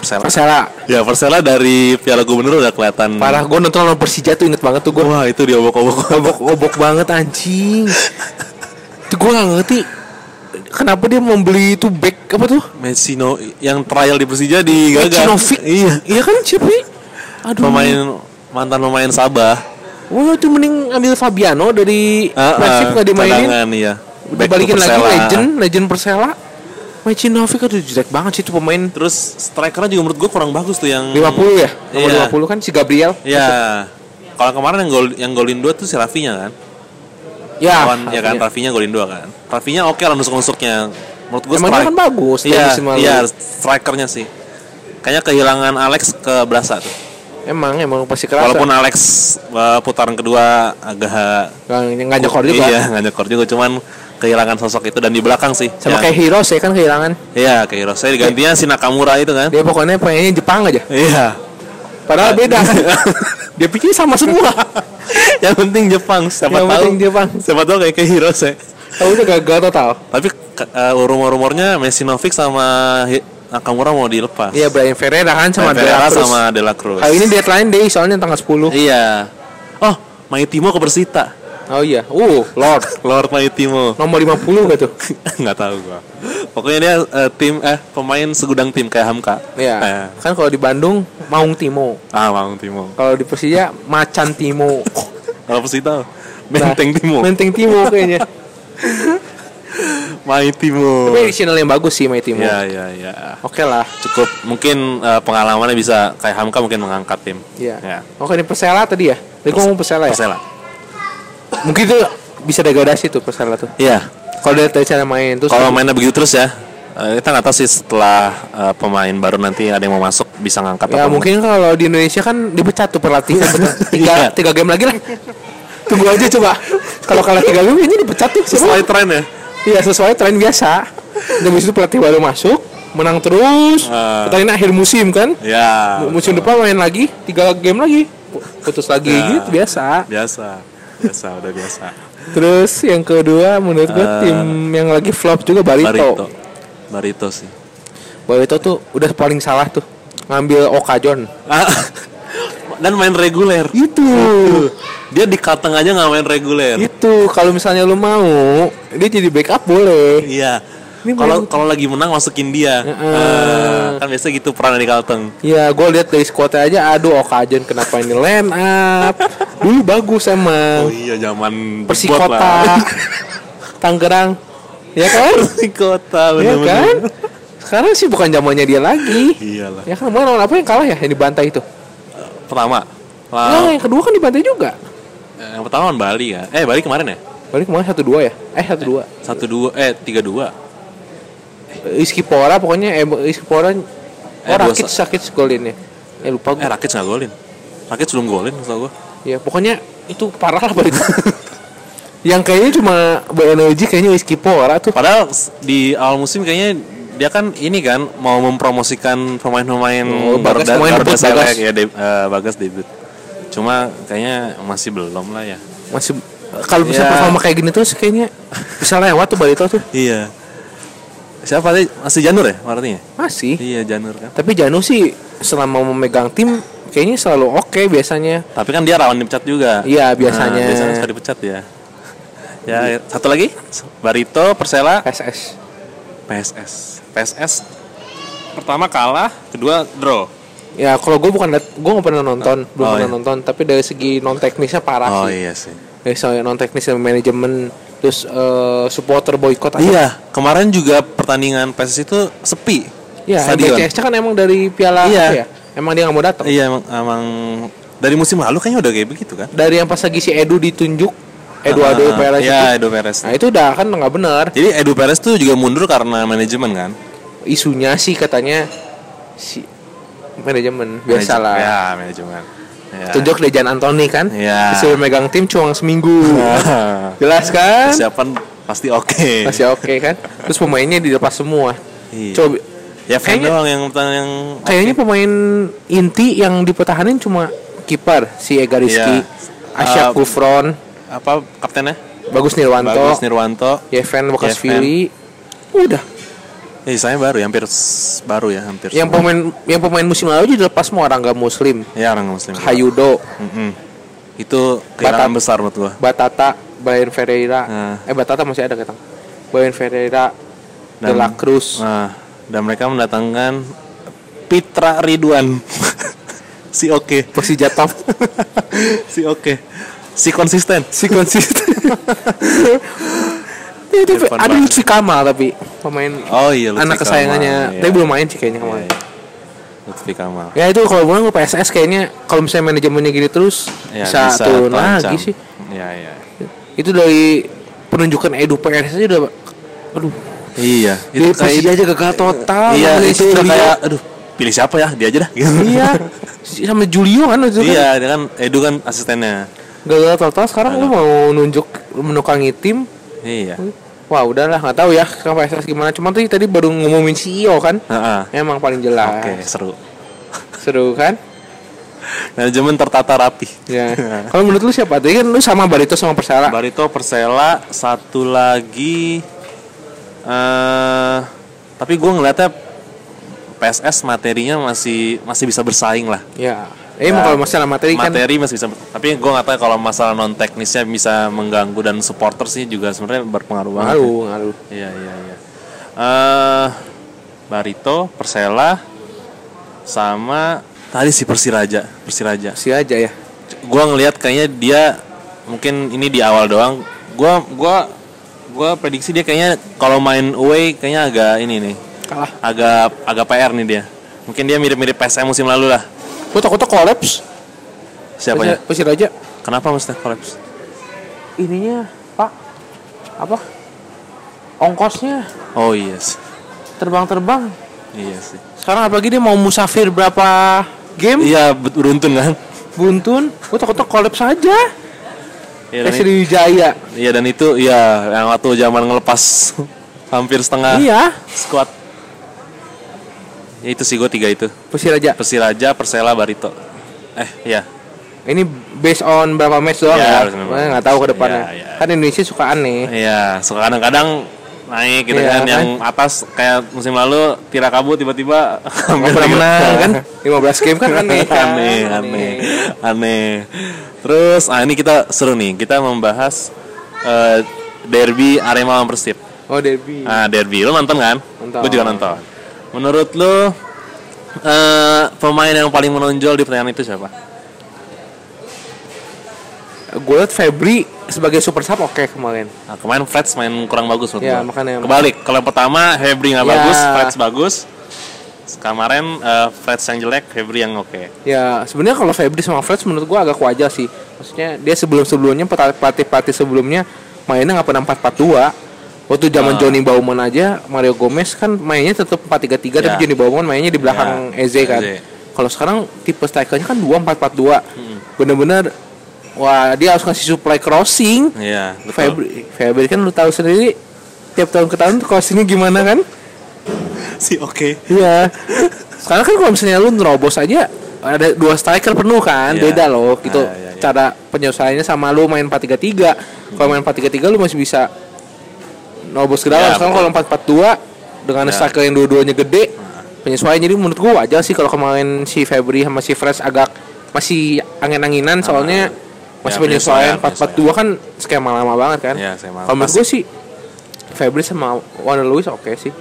S1: Persela.
S2: Persela.
S1: Ya Persela dari Piala Gubernur udah kelihatan.
S2: Parah gue nonton lawan Persija tuh inget banget tuh gue
S1: Wah itu diobok-obok.
S2: obok-obok banget anjing. Itu gue gak ngerti kenapa dia membeli itu back apa tuh?
S1: Messino yang trial di Persija di
S2: Cinovic.
S1: Iya.
S2: Iya kan siapa? ya? Aduh.
S1: Pemain mantan pemain Sabah.
S2: Wah itu mending ambil Fabiano dari
S1: Ah,
S2: Persib
S1: ah,
S2: nggak dimainin.
S1: cadangan, iya.
S2: Udah
S1: Back to
S2: balikin lagi
S1: Persela.
S2: legend, legend Persela. Mecinovic aduh jelek banget sih itu pemain
S1: Terus strikernya juga menurut gue kurang bagus tuh yang
S2: 50 ya. Nomor
S1: Iya.
S2: 50 kan si Gabriel.
S1: Iya. Kalau kemarin yang gol yang golin dua tuh si Rafinya kan.
S2: Ya.
S1: Lawan ya kan
S2: iya.
S1: Rafinya golin dua kan. Rafinya oke lah nusuk-nusuknya. Menurut gue
S2: Emang dia kan bagus dari
S1: Iya,
S2: musim lalu.
S1: iya strikernya sih. Kayaknya kehilangan Alex ke Brasa tuh.
S2: Iya. Emang emang pasti kerasa.
S1: Walaupun Alex uh, putaran kedua agak
S2: nggak nggak nyekor juga.
S1: Iya, nggak nyekor juga cuman kehilangan sosok itu dan di belakang sih.
S2: Sama
S1: yang-
S2: kayak Heroes ya kan kehilangan.
S1: Iya, kayak Hiro. Saya digantinya si Nakamura itu kan.
S2: Dia pokoknya pengennya Jepang aja.
S1: Iya.
S2: Padahal beda kan. dia pikir sama semua.
S1: yang penting Jepang, siapa
S2: Yang
S1: tahu.
S2: penting Jepang.
S1: Siapa tahu kayak kayak Hiro saya.
S2: Tahu udah gagal total.
S1: Tapi k- uh, rumor-rumornya Mesinovic sama Hi- Nakamura mau dilepas.
S2: Iya Brian Ferreira kan sama
S1: Eh, Pereira
S2: Dela Cruz.
S1: sama Dela Cruz.
S2: Hari ini deadline day soalnya tanggal 10.
S1: Iya. Oh, Maitimo ke Persita.
S2: Oh iya. Uh, Lord.
S1: Lord Maitimo.
S2: Nomor 50 gitu.
S1: nggak tahu gua. Pokoknya dia eh, tim eh pemain segudang tim kayak Hamka.
S2: Iya.
S1: Eh,
S2: Kan kalau di Bandung Maung Timo.
S1: ah, Bang Timo.
S2: Kalau di Persija Macan Timo.
S1: Kalau Persita
S2: Nah,
S1: Benteng Timo.
S2: Menteng Timo kayaknya.
S1: Maitimo.
S2: Tapi sinyal yang bagus sih Mai Timo.
S1: Ya, ya, ya.
S2: Oke lah.
S1: Cukup mungkin eh, pengalamannya bisa kayak Hamka mungkin mengangkat tim.
S2: Iya.
S1: Ya.
S2: Oke ini Persela tadi ya. Tadi gua ngomong Persela ya.
S1: Persela.
S2: Mungkin itu bisa degradasi tuh Persela tuh.
S1: Iya.
S2: Kalau dari dari cara main terus
S1: Kalau mainnya begitu terus ya, eh, kita nggak tahu sih setelah eh, pemain baru nanti ada yang mau masuk bisa ngangkat apa
S2: Ya mungkin kalau di Indonesia kan dipecat tuh perlatihan tiga,
S1: Iya.
S2: tiga game lagi lah Tunggu aja coba Kalau kalah tiga game ini dipecat tuh
S1: enggak.
S2: sesuai
S1: tren ya.
S2: Iya sesuai tren biasa Dan habis itu pelatih baru masuk Menang terus
S1: Ah.
S2: Pertandingan akhir musim kan
S1: Ya.
S2: Musim depan main lagi Tiga game lagi Putus lagi
S1: Ya.
S2: gitu biasa
S1: Biasa. Biasa, udah biasa.
S2: Terus yang kedua menurut gue
S1: Ah.
S2: tim yang lagi flop juga
S1: Barito.
S2: Barito
S1: Barito sih.
S2: Barito tuh udah paling salah tuh Ngambil Okajon
S1: Ah, Dan main reguler.
S2: Itu
S1: Dia di Kateng aja nggak main reguler.
S2: Itu kalau misalnya lu mau, dia jadi backup boleh.
S1: Iya.
S2: Ini
S1: Kalau
S2: main-
S1: kalau lagi menang masukin dia. Eh, kan biasa gitu peran di Kalteng.
S2: Ya, gue lihat dari squadnya aja, aduh Okajen kenapa ini line up? Dulu bagus
S1: Oh
S2: emang.
S1: iya zaman bot
S2: Persikota,
S1: lah.
S2: Tangerang, ya kan?
S1: Persikota
S2: ya
S1: bener-bener.
S2: kan? Sekarang sih bukan zamannya dia lagi.
S1: Iyalah.
S2: Ya kan, mana lawan apa yang kalah ya? Yang dibantai itu.
S1: Pertama.
S2: Nah,
S1: lawan-
S2: yang kedua kan dibantai juga.
S1: eh, yang pertama lawan Bali ya. Eh Bali kemarin ya?
S2: Balik kemarin satu dua ya? Eh satu dua.
S1: 1-2 eh 3-2.
S2: Rizky Pora pokoknya eh, Rizky Pora
S1: Eh,
S2: Oh,
S1: dua
S2: Rakit sakit golinnya. Eh lupa
S1: Eh
S2: gue.
S1: Rakits nggak golin. Rakits belum golin maksud gua.
S2: Ya pokoknya itu parah lah Barito. Yang kayaknya cuma berenergi kayaknya Rizky Pora tuh.
S1: Padahal s- di awal musim kayaknya dia kan ini kan mau mempromosikan pemain-pemain
S2: Oh, Bagas,
S1: baru da-
S2: pemain
S1: baru
S2: debut,
S1: selek,
S2: Bagas.
S1: ya de- eh, Bagas debut. Cuma kayaknya masih belum lah ya.
S2: Masih kalau bisa
S1: Ya.
S2: performa kayak gini terus kayaknya bisa lewat tuh Barito tuh.
S1: Iya. Siapa tadi? Masih Janur ya artinya?
S2: Masih.
S1: Iya Janur kan.
S2: Tapi Janu sih selama memegang tim kayaknya selalu oke biasanya.
S1: Tapi kan dia rawan dipecat juga.
S2: Iya, biasanya.
S1: Nah, biasanya suka dipecat ya. Ya satu lagi Barito Persela
S2: SS.
S1: PSS. PSS pertama kalah, kedua draw.
S2: Ya kalau gue bukan dat- gue nggak pernah nonton, belum
S1: Oh,
S2: pernah
S1: iya.
S2: nonton. Tapi dari segi non teknisnya parah
S1: Oh
S2: sih.
S1: iya sih.
S2: Dari segi non teknis dan manajemen terus eh, supporter boykot. apa.
S1: Iya, kemarin juga pertandingan PSS itu sepi.
S2: Ya,
S1: stadion.
S2: BCS-nya kan emang dari Piala
S1: Iya.
S2: apa ya? Emang dia nggak mau datang.
S1: Iya emang, emang dari musim lalu kayaknya udah kayak begitu kan?
S2: dari yang pas lagi si Edu ditunjuk Edu
S1: Ah,
S2: Ado Perez
S1: Iya,
S2: itu.
S1: Edo Perez.
S2: Nah itu udah kan nggak benar
S1: Jadi Edo Perez tuh juga mundur karena manajemen kan?
S2: isunya sih katanya si manajemen biasalah.
S1: Manajemen- Ya, manajemen. Ya.
S2: Tunjuk Dejan Antoni kan?
S1: Iya.
S2: Disuruh megang tim cuma seminggu.
S1: Ah.
S2: Jelas kan?
S1: Persiapan pasti oke.
S2: Masih oke kan? Terus pemainnya dilepas semua.
S1: Iya.
S2: Coba
S1: Ya fan
S2: Kayaknya-
S1: doang yang pertanyaan yang
S2: kayaknya pemain inti yang dipertahanin cuma kiper si Ega Rizky,
S1: Iya. Ah,
S2: Asyaf Gufron,
S1: apa kaptennya?
S2: Bagus Nirwanto,
S1: Bagus Nirwanto.
S2: Yevan Wakasvili. Udah.
S1: Eh, saya baru, ya, hampir s- baru ya, hampir.
S2: Yang
S1: semua.
S2: pemain yang pemain musim lalu aja dilepas semua Rangga Muslim,
S1: ya orang muslim.
S2: Hayudo,
S1: Mm-mm. Itu kehilangan
S2: Batam.
S1: besar menurut gua.
S2: Batata, Brian Ferreira.
S1: Nah.
S2: Eh Batata masih ada ketang. Brian Ferreira, De
S1: Dan-
S2: La Cruz.
S1: Nah, dan mereka mendatangkan Pitra Ridwan. si oke,
S2: Persija Top
S1: si oke. Si konsisten.
S2: si konsisten. itu
S1: Irfan
S2: ada
S1: Bahar.
S2: Lutfi Kamal tapi pemain
S1: Oh iya, Lutfi
S2: anak kesayangannya.
S1: Kamal, iya.
S2: Tapi belum main sih kayaknya kemarin.
S1: Iya, iya. Lutfi Kamal.
S2: Ya itu kalau gue PSS kayaknya kalau misalnya manajemennya gini terus
S1: Ya,
S2: bisa, turun
S1: terancam.
S2: lagi sih.
S1: Iya, iya.
S2: Itu dari penunjukan Edu PSS aja udah aduh
S1: Iya,
S2: itu Persija aja gagal total. gitu.
S1: Iya,
S2: Sama
S1: itu
S2: Julio.
S1: udah kayak aduh, pilih siapa ya? Dia aja dah. Gitu.
S2: Iya. Sama Julio kan itu kan
S1: iya, dia kan Edu kan asistennya.
S2: gagal total sekarang lu mau nunjuk menukangi tim.
S1: Iya.
S2: Wah, udahlah nggak tahu ya ke PSS gimana. Cuman tuh tadi baru ngumumin CEO kan.
S1: Heeh.
S2: Emang paling
S1: Oke,
S2: jelas.
S1: seru.
S2: Seru kan?
S1: Manajemen tertata rapi.
S2: Ya.
S1: Iya.
S2: Kalau menurut lu siapa? Tadi kan lu sama Barito sama Persela.
S1: Barito Persela satu lagi eh tapi gue ngeliatnya PSS materinya masih masih bisa bersaing lah.
S2: ya.
S1: Ya.
S2: Emang kalau masalah materi, kan
S1: materi masih bisa tapi gue nggak tahu ya kalau masalah non teknisnya bisa mengganggu dan supporter sih juga sebenarnya berpengaruh banget.
S2: ngaruh, ngaruh.
S1: Iya iya iya. Eh Barito Persela sama tadi si Persiraja Persiraja.
S2: Si aja ya.
S1: gua ngelihat kayaknya dia mungkin ini di awal doang gua gua gua prediksi dia kayaknya kalau main away kayaknya agak ini nih
S2: Kalah.
S1: agak agak PR nih dia mungkin dia mirip-mirip PSM musim lalu lah
S2: Gua takutnya kolaps.
S1: siapanya
S2: Persira aja.
S1: kenapa mesti collapse
S2: Ininya, Pak. Apa? Ongkosnya
S1: oh iya sih
S2: terbang-terbang.
S1: iya sih
S2: Sekarang apalagi dia mau musafir berapa game?
S1: iya bet- beruntun kan
S2: Buntun. Gua takutnya kolaps aja.
S1: iya dan, i-
S2: Persija Wijaya.
S1: iya, dan itu iya yang waktu zaman ngelepas hampir setengah
S2: Iya.
S1: squad ya itu sih gue tiga itu
S2: Persiraja.
S1: Persiraja Persela Barito eh iya
S2: Ini based on berapa match doang
S1: Iya,
S2: ya?
S1: harus
S2: Makanya nggak tahu ke depannya.
S1: Iya, iya.
S2: Kan Indonesia suka aneh.
S1: Iya, suka kadang-kadang naik gitu
S2: Iya,
S1: kan yang atas kayak musim lalu Tirakabu tiba-tiba
S2: Nggak
S1: hampir
S2: pernah menang
S1: menang
S2: kan? 15 game kan aneh. kan?
S1: aneh, aneh, aneh. Terus, ah ini kita seru nih, kita membahas eh, derby Arema lawan Persib.
S2: Oh Derby.
S1: Ah, derby, lo nonton kan?
S2: Nonton.
S1: Gue juga nonton. Menurut lo eh, pemain yang paling menonjol di pertandingan itu siapa?
S2: Gue liat Febri sebagai super sub oke kemarin.
S1: Nah, kemarin Freds main kurang bagus menurut
S2: Ya,
S1: gua.
S2: makanya.
S1: Kebalik, kalau yang pertama Hebri nggak
S2: Ya.
S1: bagus, Freds bagus. Kemarin eh, Freds yang jelek, Hebri yang oke.
S2: Ya sebenarnya kalau Febri sama Freds menurut gue agak wajar sih. Maksudnya dia sebelum sebelumnya pelatih pelatih sebelumnya mainnya nggak pernah 4-4-2. Waktu
S1: Ah.
S2: zaman Johnny Bauman aja Mario Gomez kan mainnya tetap 4-3-3 tapi
S1: Ya.
S2: Johnny Bauman mainnya di belakang
S1: Ya,
S2: Eze kan.
S1: Eze.
S2: Kalau sekarang tipe strikernya kan 2-4-4-2.
S1: Hmm.
S2: Bener-bener wah dia harus ngasih supply crossing.
S1: Iya, betul.
S2: Febri Febri kan lu tahu sendiri tiap tahun ke tahun crossingnya gimana kan?
S1: Si oke.
S2: Iya. Sekarang kan kalau misalnya lu nerobos aja ada dua striker penuh kan,
S1: Iya.
S2: beda loh gitu.
S1: Ah, iya, iya.
S2: Cara penyelesaiannya sama lu main 4-3-3. Kalau main 4-3-3 lu masih bisa nerobos ke dalam.
S1: Iya,
S2: Sekarang kalau 4-4-2 dengan
S1: Iya. Ah.
S2: striker yang dua-duanya gede, penyesuaian jadi menurut gua wajar sih kalau kemarin si Febri sama si Fresh agak masih angin-anginan soalnya
S1: Ya,
S2: masih penyesuaian
S1: Ah, penyesuaian,
S2: 4-4-2 kan skema lama banget kan.
S1: Iya, skema
S2: kalau menurut
S1: pas.
S2: gua sih Febri sama Wander Lewis oke sih.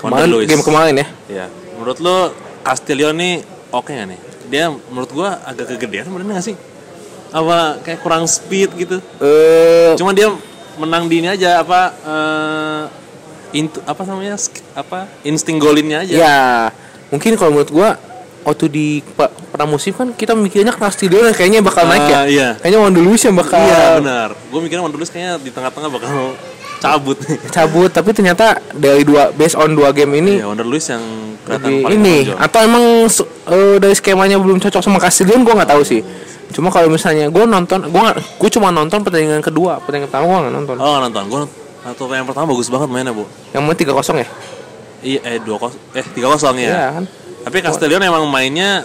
S1: Wander
S2: Kemarin
S1: Lewis.
S2: game kemarin ya.
S1: Iya. Menurut lo Castillo nih oke nggak nih? Dia menurut gua agak kegedean bener nggak sih? Apa kayak kurang speed gitu?
S2: Eh,
S1: Cuma dia menang di ini aja apa eh intu- apa namanya sk- apa insting golinnya aja.
S2: ya mungkin kalau menurut gua waktu di pa- pramusim kan kita mikirnya kelas tidur yang kayaknya bakal naik ya.
S1: Ah, iya.
S2: Kayaknya Wan Dulus yang bakal
S1: Iya benar. Gue mikirnya Wanderlust kayaknya di tengah-tengah bakal cabut nih.
S2: cabut tapi ternyata dari dua based on dua game ini
S1: Iya, Wanderlust yang kelihatan
S2: lebih
S1: paling
S2: ini
S1: menonjol.
S2: atau emang se- eh, dari skemanya belum cocok sama Castillion gua nggak tahu sih. Cuma kalau misalnya gua nonton gua nggak- gua cuma nonton pertandingan kedua, pertandingan pertama gua nggak nonton.
S1: Oh, nggak nonton. Gue atau yang pertama bagus banget mainnya, Bu.
S2: Yang main 3-0 ya?
S1: Iya, eh 2 eh 3-0 ya.
S2: Iya kan.
S1: Tapi Castellion emang mainnya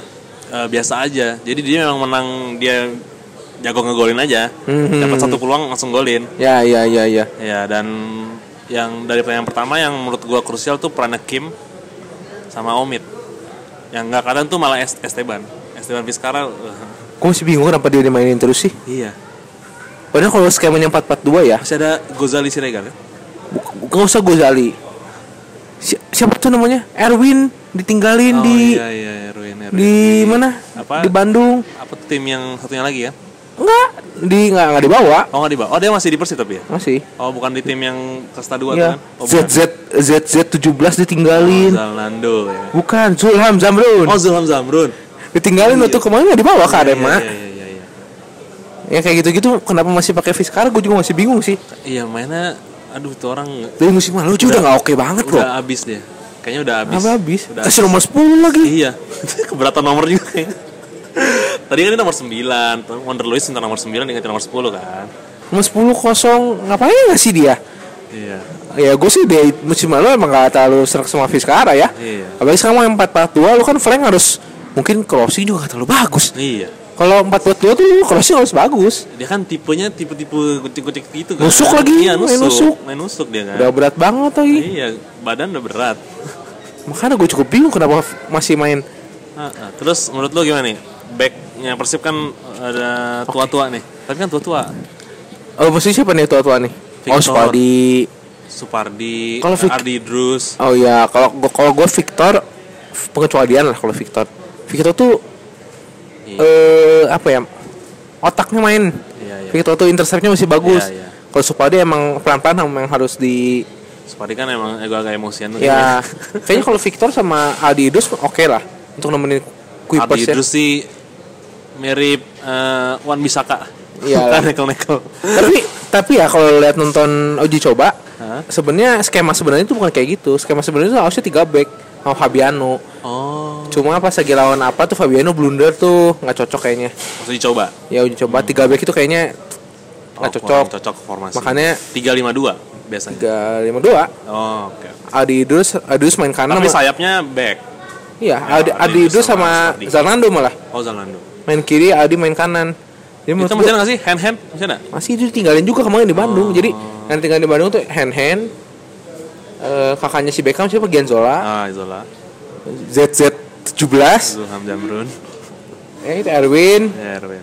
S1: eh, biasa aja. Jadi dia memang menang dia
S2: Mhm.
S1: jago ngegolin aja. Dapat satu peluang langsung golin.
S2: Ya ya ya ya.
S1: Ya, dan yang dari pertandingan pertama yang menurut gua krusial tuh perannya Kim sama Omid yang nggak kadang tuh malah Es- Esteban Esteban Vizcarra eh,
S2: Gue masih bingung kenapa dia dimainin terus sih.
S1: iya
S2: Padahal kalau skemanya 4-4-2 ya,
S1: masih ada Gozali Siregar kan?
S2: bu- gak usah Gozali. Si- siapa tuh namanya? Erwin ditinggalin
S1: oh,
S2: di
S1: iya, iya, iya, Ruin, Ruin.
S2: di mana?
S1: apa?
S2: Di Bandung.
S1: apa tuh tim yang satunya lagi ya
S2: Enggak, di enggak enggak dibawa.
S1: oh nggak di bawah oh dia masih di Persib tapi ya
S2: Masih.
S1: oh bukan di tim yang kasta dua tuh
S2: Iya.
S1: kan oh, bukan.
S2: ZZ ZZ 17 ditinggalin.
S1: Zalando ya
S2: Bukan Zulham Zamrun.
S1: oh Zulham Zamrun
S2: ditinggalin waktu kemarin Oh, nggak dibawa ke
S1: iya,
S2: Arema.
S1: iya, iya, iya.
S2: Ya kayak gitu-gitu kenapa masih pakai Fiskara gue juga masih bingung sih.
S1: Iya mainnya aduh tuh orang
S2: Dari musim lalu juga udah nggak oke banget bro.
S1: udah habis deh. Kayaknya udah habis.
S2: Apa habis?
S1: Udah
S2: Kasih nomor 10 lagi.
S1: Iya. Keberatan nomor juga kayaknya. Tadi kan ini nomor 9, tuh Wonder Lewis tentang nomor 9 diganti nomor 10 kan.
S2: Nomor 10 kosong ngapain nggak sih dia?
S1: Iya.
S2: Ya gue sih dari musim lalu emang gak terlalu serak sama Fiskara ya.
S1: Iya.
S2: Apalagi sekarang empat empat dua lu kan Frank harus mungkin crossing juga gak terlalu bagus.
S1: Iya.
S2: Kalau empat empat dua tuh lu crossing harus bagus.
S1: Dia kan tipenya tipe-tipe gutik-gutik gitu kan.
S2: Nusuk lagi,
S1: Iya,
S2: main
S1: nusuk.
S2: nusuk.
S1: Main nusuk dia kan.
S2: Udah berat banget lagi.
S1: Iya, badan udah berat.
S2: Makanya gue cukup bingung kenapa masih main.
S1: Ah, ah. Terus menurut lo gimana nih? Backnya Persib kan ada tua-tua nih. Tapi kan tua-tua.
S2: Oh mesti siapa nih tua-tua nih? Oh
S1: Victor.
S2: Spaldi.
S1: Supardi,
S2: Kalau Vic-
S1: Ardi Drus.
S2: Oh iya kalau gua- kalau gue Victor f- pengecualian lah kalau Victor. Victor tuh
S1: Iya.
S2: eh apa ya? Otaknya main.
S1: Iya, iya.
S2: Victor tuh interceptnya masih bagus.
S1: Iya, iya.
S2: Kalau Supadi emang pelan-pelan emang harus di
S1: Supardi kan emang agak-agak emosian tuh
S2: ya
S1: Iya.
S2: kayaknya kalau Victor sama Aldi Idrus oke lah untuk nemenin Kuipers
S1: Ardi
S2: ya.
S1: Idrus sih mirip eh, Wan Bisaka.
S2: Iyalah.
S1: Kan nekel-nekel.
S2: tapi tapi ya kalau lihat nonton uji coba
S1: Hah?
S2: sebenarnya skema sebenarnya itu bukan kayak gitu. Skema sebenarnya itu harusnya tiga back sama Fabiano.
S1: Oh,
S2: Cuma pas lagi lawan apa tuh Fabiano blunder tuh nggak cocok kayaknya.
S1: harus dicoba.
S2: Ya uji coba tiga back itu kayaknya nggak
S1: Oh,
S2: cocok.
S1: kurang cocok formasi.
S2: Makanya
S1: 352 biasanya.
S2: tiga lima dua.
S1: Oh, oke.
S2: Adi Idrus, Adi Idrus main kanan.
S1: Tapi
S2: sama-
S1: sayapnya back.
S2: Iya, Adi,
S1: Adi
S2: Adi Idrus
S1: Idrus sama
S2: sama
S1: Sardi.
S2: Zalando malah
S1: Oh, Zalando.
S2: main kiri, Adi main kanan. Jadi
S1: Itu
S2: menurut
S1: masih
S2: gua-
S1: ada nggak sih? Hand-hand? Masih ada?
S2: masih itu ditinggalin juga kemarin di Bandung.
S1: Oh.
S2: Jadi yang tinggal di Bandung tuh hand hand. kakaknya si Beckham siapa Genzola,
S1: Ah, Izola.
S2: ZZ 17,
S1: Zulham Jamrun.
S2: ya itu Erwin,
S1: Ya, Erwin.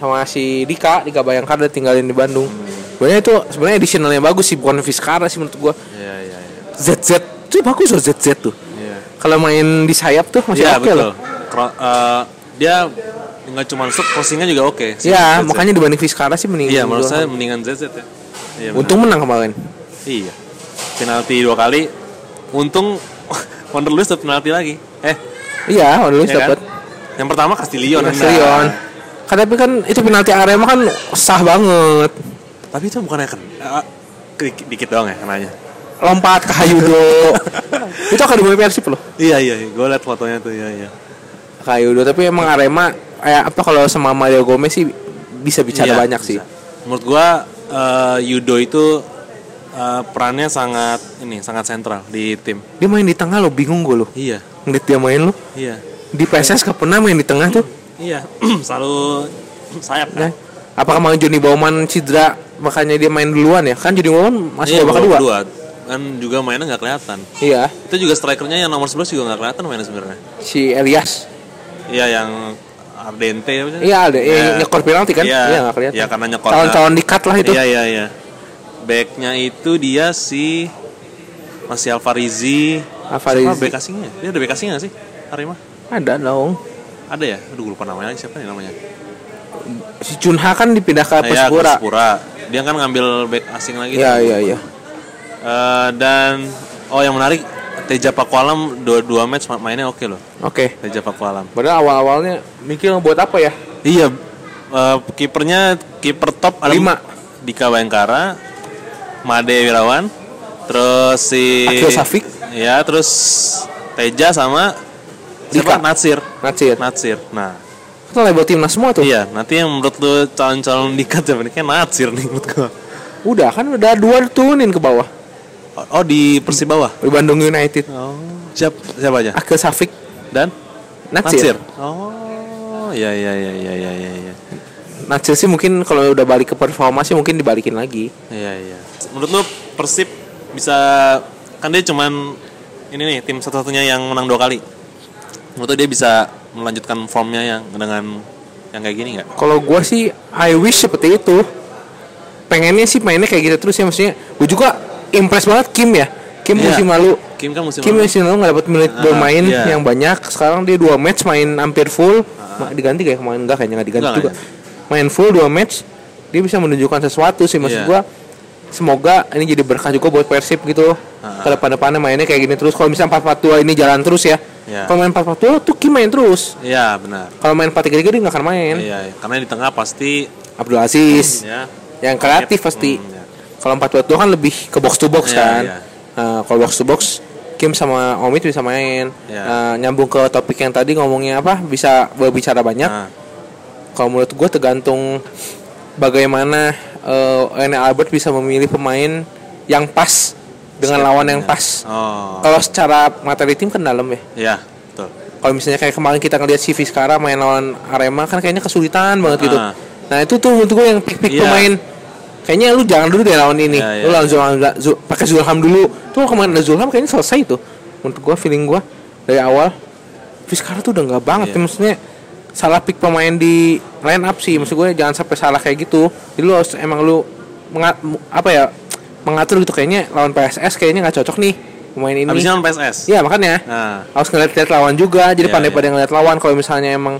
S2: sama si Dika Dika Bayangkara tinggalin di Bandung sebenarnya itu sebenarnya additionalnya bagus sih bukan Fiskara sih menurut gua
S1: Iya, iya, iya.
S2: ZZ itu bagus loh ZZ tuh
S1: Iya.
S2: kalau main di sayap tuh masih
S1: Iya,
S2: oke
S1: betul.
S2: loh
S1: Kro- eh, dia nggak cuma shoot, crossingnya juga oke. sih.
S2: ya
S1: ZZ.
S2: makanya dibanding Fiskara sih mending
S1: Iya, menurut
S2: gua.
S1: saya mendingan ZZ ya. Iya, benar.
S2: untung menang kemarin
S1: Iya. Penalti dua kali. Untung Wonder Lewis dapet penalti lagi. Eh,
S2: iya Wanderlust
S1: ya kan?
S2: dapat
S1: Yang pertama Castillion.
S2: Mas
S1: nah.
S2: Leon kan tapi kan itu penalti Arema kan sah banget
S1: Tapi itu bukannya kan eh, dikit, dikit doang ya kenanya.
S2: lompat ke Hayudo itu akan dimulai Persib loh
S1: Iya iya, iya. gue liat fotonya tuh iya iya.
S2: ke Hayudo tapi emang Arema eh, apa kalau sama Mario Gomez sih bisa bicara
S1: Iya,
S2: banyak sih
S1: bisa. Menurut gua eh, Yudo itu eh, perannya sangat ini sangat sentral di tim.
S2: dia main di tengah lo bingung gue lo
S1: Iya
S2: ngeliat dia main lo
S1: iya
S2: di PSS gak pernah main di tengah tuh
S1: iya selalu sayap
S2: nah
S1: kan.
S2: apakah kemarin Johnny Bauman cedera makanya dia main duluan ya kan Johnny Bauman masih
S1: Iya,
S2: babak
S1: babak
S2: kedua
S1: kedua. Kan juga mainnya nggak kelihatan.
S2: iya
S1: Itu juga strikernya yang nomor 11 juga nggak kelihatan mainnya sebenarnya.
S2: si Elias
S1: Iya yang Ardente apa sih?
S2: iya ada eh, nyekor penalti kan
S1: Iya,
S2: nggak kelihatan
S1: Iya karena nyekor.
S2: calon-calon dikat lah itu
S1: Iya iya iya. Backnya itu dia si masih Alvarizi.
S2: Alvarizi.
S1: Siapa back asingnya? Dia ada back asingnya nggak sih? Arema?
S2: ada dong
S1: Ada ya? Aduh gue lupa namanya lagi siapa nih namanya?
S2: si Junha kan dipindah ke
S1: Ah, iya,
S2: Persipura
S1: Persipura. Dia kan ngambil back asing lagi.
S2: iya iya iya
S1: Eh, dan oh yang menarik Teja Pakualam dua dua match ma- mainnya oke loh.
S2: oke
S1: Teja Pakualam.
S2: padahal awal-awalnya mikir buat apa ya
S1: Iya, eh, kipernya kiper top ada
S2: Lima.
S1: Dika Bayangkara, Made Wirawan, terus si
S2: Akil Safik.
S1: Iya, terus Teja sama siapa?
S2: Dika.
S1: Natsir.
S2: Natsir
S1: Natsir. Nah,
S2: kan label timnas semua tuh
S1: iya, nanti yang menurut lu calon-calon Dika sebenarnya kayak Natsir nih menurut gua.
S2: udah kan udah dua turunin ke bawah
S1: Oh, di Persib bawah.
S2: di Bandung United
S1: Oh. Siap, siapa aja?
S2: Akil Safik
S1: Dan
S2: Natsir.
S1: Oh, iya iya iya iya iya iya. iya.
S2: Natsir sih mungkin kalau udah balik ke performa sih mungkin dibalikin lagi.
S1: Iya iya. Menurut lu Persib bisa kan dia cuman ini nih tim satu-satunya yang menang dua kali. Menurut lu dia bisa melanjutkan formnya yang dengan yang kayak gini nggak?
S2: Kalau gua sih I wish seperti itu. Pengennya sih mainnya kayak gitu terus ya maksudnya. Gue juga impress banget Kim ya. Kim
S1: Iya.
S2: musim lalu
S1: Kim kan musim
S2: Kim
S1: lalu.
S2: musim lalu nggak dapat menit
S1: Ah,
S2: bermain
S1: iya.
S2: yang banyak. Sekarang dia dua match main hampir full.
S1: Ah.
S2: Ma- Diganti kayak kemarin enggak kayaknya nggak diganti
S1: Enggak,
S2: juga. Main full dua match dia bisa menunjukkan sesuatu sih
S1: ya?
S2: maksud
S1: Iya.
S2: gua. Semoga ini jadi berkah juga buat Persib gitu loh.
S1: Ah.
S2: Ke depan-depannya mainnya kayak gini terus. Kalau misalnya 4-4-2 ini jalan terus ya.
S1: Iya.
S2: Kalau main 4-4-2 tuh Kim main terus.
S1: Iya benar.
S2: Kalau main 4-3-3 dia nggak akan main.
S1: Iya, iya. karena di tengah pasti
S2: Abdul Aziz
S1: ya.
S2: yang kreatif pasti.
S1: Hmm, ya.
S2: Kalau 4 2 kan lebih ke box to box
S1: Iya,
S2: kan.
S1: iya.
S2: Nah, kalau box to box Kim sama Omid bisa main.
S1: Iya.
S2: Nah, nyambung ke topik yang tadi ngomongnya apa? Bisa berbicara banyak.
S1: Nah,
S2: Kalau menurut gue tergantung bagaimana eh, Ene Albert bisa memilih pemain yang pas dengan lawan yang pas.
S1: Oh.
S2: Kalau secara materi tim kan dalam ya.
S1: Iya, betul.
S2: Kalau misalnya kayak kemarin kita ngeliat si Vizcara main lawan Arema kan kayaknya kesulitan banget gitu.
S1: Ah.
S2: Nah itu tuh menurut gue yang pick-pick
S1: Iya.
S2: pemain. Kayaknya lu jangan dulu deh lawan ini.
S1: Iya, iya.
S2: Lu lawan Zulham, Zul- pakai Zulham dulu. Tuh kalau kemarin ada Zulham kayaknya selesai tuh. Menurut gue feeling gue dari awal Vizcara tuh udah nggak banget.
S1: Iya.
S2: Maksudnya salah pick pemain di line up sih. Maksud gue jangan sampai salah kayak gitu. Jadi lu harus emang lu menga- apa ya mengatur gitu kayaknya lawan PSS kayaknya nggak cocok nih pemain ini.
S1: Habisnya lawan PSS.
S2: Iya makanya
S1: Nah,
S2: harus ngeliat-liat lawan juga jadi
S1: Iya,
S2: pandai-pandai ngeliat lawan kalau misalnya emang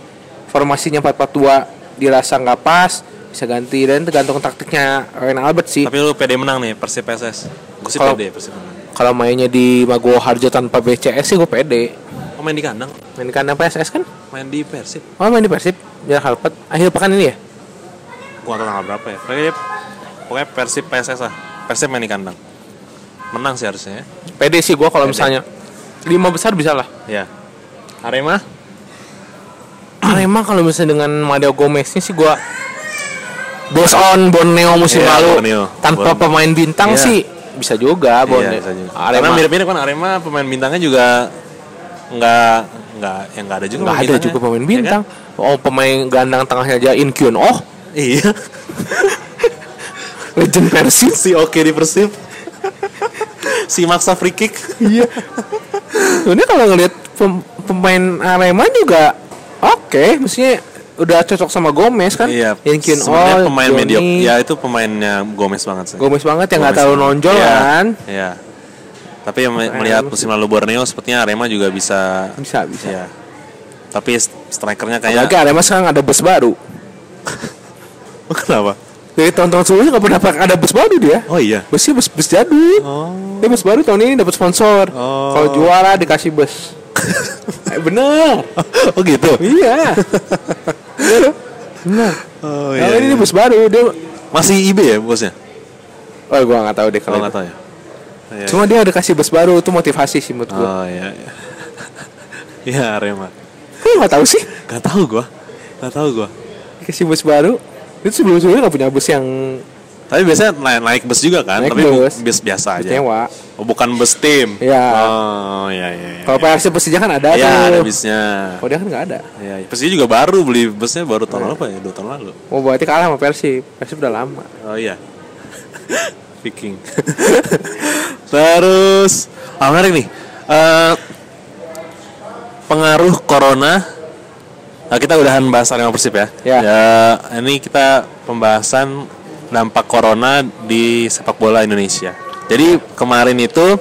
S2: formasinya 4-4-2 dirasa nggak pas bisa ganti dan tergantung taktiknya Ryan Albert sih
S1: tapi lu PD menang nih Persib PSS. Gue sih
S2: Kalau-
S1: PD Persib menang.
S2: kalau mainnya di Mago Harjo tanpa BCS sih gue pede
S1: Oh, main di kandang,
S2: main di kandang PSS kan
S1: main di Persib.
S2: oh main di Persib ya halpet akhir pekan ini ya
S1: Gua nggak tahu tanggal berapa ya. Pokoknya, pokoknya Persib PSS lah. Persib main di kandang. Menang sih harusnya. ya.
S2: pede sih gue kalau misalnya lima besar bisa lah
S1: Iya. Arema?
S2: Arema kalau misalnya dengan Mario Gomez ini sih gue Bos on Borneo musim
S1: Iya,
S2: lalu
S1: Borneo.
S2: tanpa
S1: Borneo.
S2: pemain bintang
S1: Iya.
S2: sih bisa juga Borneo.
S1: Iya, bisa juga. Karena
S2: ya? Arema
S1: mirip-mirip kan Arema pemain bintangnya juga nggak nggak yang nggak ada juga
S2: nggak ada juga pemain
S1: Ya
S2: bintang.
S1: kan?
S2: Oh pemain gandang tengahnya aja Inkyun Oh,
S1: Iya.
S2: legend Persib.
S1: si oke di Persib. si maksa free kick.
S2: Iya. Sebenarnya kalau ngelihat pem- pemain Arema juga oke, maksudnya udah cocok sama Gomez kan?
S1: Iya.
S2: Inkyun
S1: sebenarnya
S2: Oh,
S1: pemain
S2: Johnny.
S1: media. Ya itu pemainnya Gomez banget sih.
S2: Gomez banget yang nggak
S1: Gomez
S2: tahu
S1: banget.
S2: nonjol
S1: Iya,
S2: kan?
S1: Iya. Tapi yang me- melihat musim lalu Borneo sepertinya Arema juga bisa
S2: Bisa bisa.
S1: Iya. Tapi st- strikernya
S2: Apalagi
S1: kayak
S2: Arema sekarang ada bus baru.
S1: kenapa?
S2: Dari tahun-tahun sebelumnya nggak pernah ada bus baru dia.
S1: Oh iya.
S2: Busnya bus bus jadul. Dia bus baru tahun ini dapat sponsor.
S1: Oh.
S2: Kalau juara dikasih bus. Eh, bener.
S1: oh gitu.
S2: Iya. Bener. Bener.
S1: Oh
S2: Nah, ini bus baru dia.
S1: Masih IB ya bosnya?
S2: Oh, gua nggak tahu deh
S1: Kalau
S2: kalau.
S1: nggak
S2: itu.
S1: tahu ya. Iya.
S2: Cuma dia ada kasih bus baru itu motivasi sih menurut gua.
S1: Oh iya. iya. Iya Arema.
S2: Kok lu nggak tahu sih?
S1: Gak tahu gua. Gak tahu gua.
S2: Kasih bus baru. Itu sebelum sebelumnya nggak punya bus yang
S1: Tapi biasanya naik, naik bus juga kan,
S2: Naik
S1: tapi bu-
S2: bus.
S1: bus. biasa aja.
S2: nyewa.
S1: Oh, bukan bus tim.
S2: Iya.
S1: Oh, iya iya. iya.
S2: Kalau Persija Persija kan ada
S1: Iya, ada
S2: tuh.
S1: bisnya.
S2: Kalau dia kan nggak ada.
S1: Iya, iya. Persija juga baru beli busnya baru tahun lalu apa ya? Dua tahun lalu.
S2: Mau berarti kalah sama Persib. Persib udah lama.
S1: Oh iya. Viking. Terus, ah menarik nih. Eh, pengaruh corona. Nah, kita udahan bahas Arema Persib ya.
S2: Ya.
S1: ini kita pembahasan dampak corona di sepak bola Indonesia. Jadi kemarin itu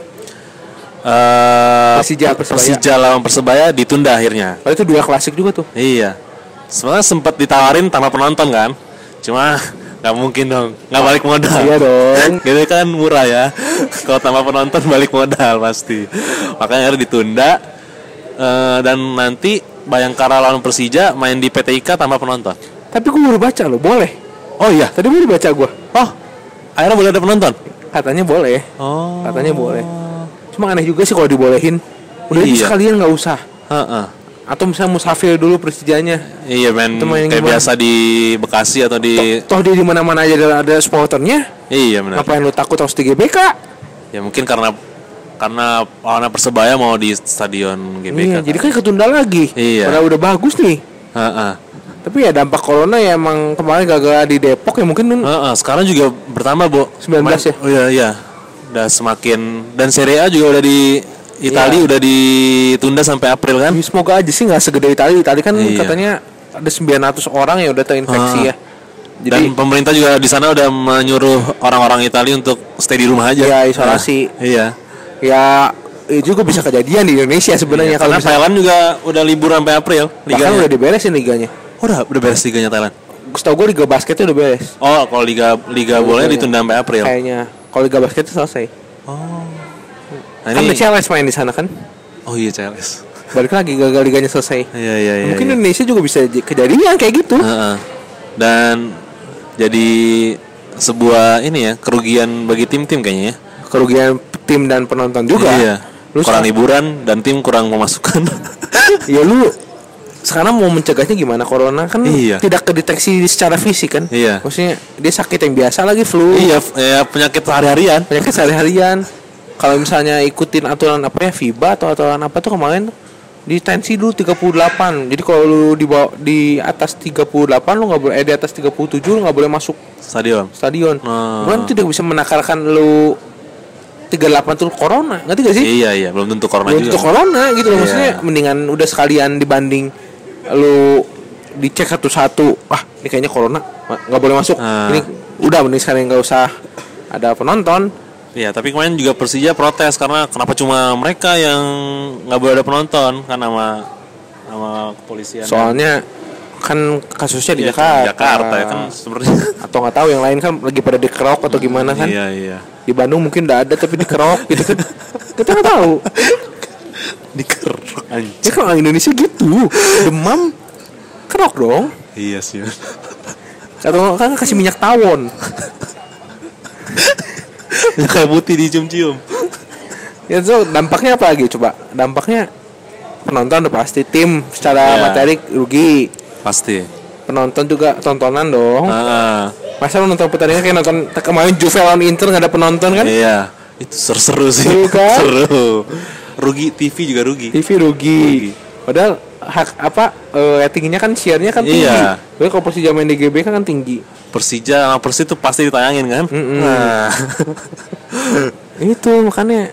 S1: eh
S2: Persija, Persebaya.
S1: Persija lawan Persebaya ditunda akhirnya.
S2: Kalau itu dua klasik juga tuh.
S1: Iya. Sebenarnya sempat ditawarin tanpa penonton kan. Cuma nggak mungkin dong, nggak balik modal.
S2: Iya dong.
S1: Gitu kan murah ya. Kalau tanpa penonton balik modal pasti. Makanya akhirnya ditunda. Eh, dan nanti Bayangkara lawan Persija main di PTIK tanpa penonton.
S2: Tapi gua baru baca loh, boleh.
S1: Oh iya.
S2: Tadi baru baca gua.
S1: Oh, akhirnya boleh ada penonton.
S2: Katanya boleh.
S1: Oh.
S2: Katanya boleh. Cuma aneh juga sih kalau dibolehin. Udah
S1: Iya.
S2: sekalian nggak usah.
S1: Heeh.
S2: Atau misalnya Musafir dulu Persijanya.
S1: Iya main
S2: Itu main
S1: kayak
S2: gimana?
S1: biasa di Bekasi atau di
S2: toh dia di mana mana aja ada, ada supporternya
S1: Iya benar.
S2: ngapain lu takut harus di GBK
S1: Ya mungkin karena karena lawan Persebaya mau di stadion
S2: iya,
S1: GBK.
S2: jadi kan ketunda lagi
S1: Iya.
S2: padahal udah bagus nih
S1: Heeh.
S2: tapi ya dampak corona ya emang kemarin gagal di Depok ya mungkin
S1: Heeh, sekarang juga bertambah, Bu.
S2: 19 ya?
S1: Oh iya iya. udah semakin dan Serie A juga udah di Italia
S2: Iya.
S1: udah ditunda sampai April kan?
S2: Ya, semoga aja sih nggak segede Italia. Italia kan
S1: Iya.
S2: katanya ada 900 orang yang udah terinfeksi
S1: Ah.
S2: ya.
S1: dan
S2: Jadi
S1: pemerintah juga di sana udah menyuruh orang-orang Italia untuk stay di rumah aja.
S2: Iya,
S1: Nah,
S2: isolasi.
S1: iya.
S2: ya itu juga bisa kejadian di Indonesia sebenarnya kalau
S1: Iya, Karena
S2: misalnya
S1: Thailand juga udah libur sampai April
S2: bahkan
S1: liganya. Oh,
S2: udah diberesin liganya.
S1: udah udah beres liganya Thailand.
S2: Setahu gue liga basketnya udah beres.
S1: Oh, kalau liga liga
S2: ya.
S1: bolanya ditunda sampai April.
S2: Kayaknya kalau liga basket itu selesai.
S1: Oh. Nah,
S2: Kan
S1: ini
S2: The Challenge main di sana kan.
S1: Oh iya CLS.
S2: Balik lagi gagal liganya selesai.
S1: Iya iya iya.
S2: Mungkin
S1: iya.
S2: Indonesia juga bisa j- kejadian kayak gitu.
S1: Heeh. Dan jadi sebuah ini ya kerugian bagi tim-tim kayaknya ya.
S2: Kerugian tim dan penonton juga.
S1: Iya. kurang
S2: Lu sekarang-
S1: hiburan dan tim kurang pemasukan.
S2: Ya lu sekarang mau mencegahnya gimana corona kan
S1: Iya.
S2: tidak kedeteksi secara fisik kan?
S1: Iya.
S2: Maksudnya dia sakit yang biasa lagi flu,
S1: iya, f- ya, penyakit sehari-harian.
S2: penyakit sehari-harian. Kalau misalnya ikutin aturan apa ya FIBA atau aturan apa tuh kemarin di tensi dulu 38. Jadi kalau lu di bawah- di atas 38 lu nggak boleh eh, di atas 37 lu nggak boleh masuk
S1: Stadion.
S2: stadion.
S1: Hmm.
S2: Cuman tidak bisa menakarkan lu 38 tuh corona. Ngerti gak sih?
S1: Iya iya, belum tentu corona
S2: Belum
S1: juga.
S2: tentu corona gitu loh
S1: Iya.
S2: maksudnya mendingan udah sekalian dibanding lu dicek satu-satu ah ini kayaknya corona ma- nggak boleh masuk
S1: Ah.
S2: ini udah mending sekalian nggak usah ada penonton
S1: Iya, tapi kemarin juga Persija protes karena kenapa cuma mereka yang nggak boleh ada penonton kan sama sama kepolisian.
S2: soalnya kan kasusnya di
S1: Iya,
S2: Jakarta,
S1: Jakarta ya kan sebenarnya.
S2: atau nggak tahu yang lain kan lagi pada dikerok atau gimana kan
S1: Iya iya.
S2: di Bandung mungkin udah ada tapi dikerok gitu kan kita nggak tahu
S1: Dikerok anjing.
S2: ya kalau orang Indonesia gitu demam kerok dong
S1: Iya sih.
S2: atau kan kasih minyak tawon
S1: Kayak putih dicium-cium.
S2: Ya so, dampaknya apa lagi coba? Dampaknya penonton udah pasti tim secara
S1: Iya.
S2: materi rugi.
S1: Pasti.
S2: Penonton juga tontonan dong.
S1: Ah,
S2: Masa lu nonton pertandingan kayak nonton kemarin Juve lawan Inter nggak ada penonton kan?
S1: iya. Itu seru-seru sih.
S2: Seru kan?
S1: Seru. Rugi TV juga rugi.
S2: TV rugi. Padahal hak apa eh, ratingnya kan share-nya kan tinggi.
S1: Iya.
S2: Tapi kalau posisi main di GBK kan tinggi.
S1: Persija sama Persi itu pasti ditayangin kan? Nah.
S2: Itu makanya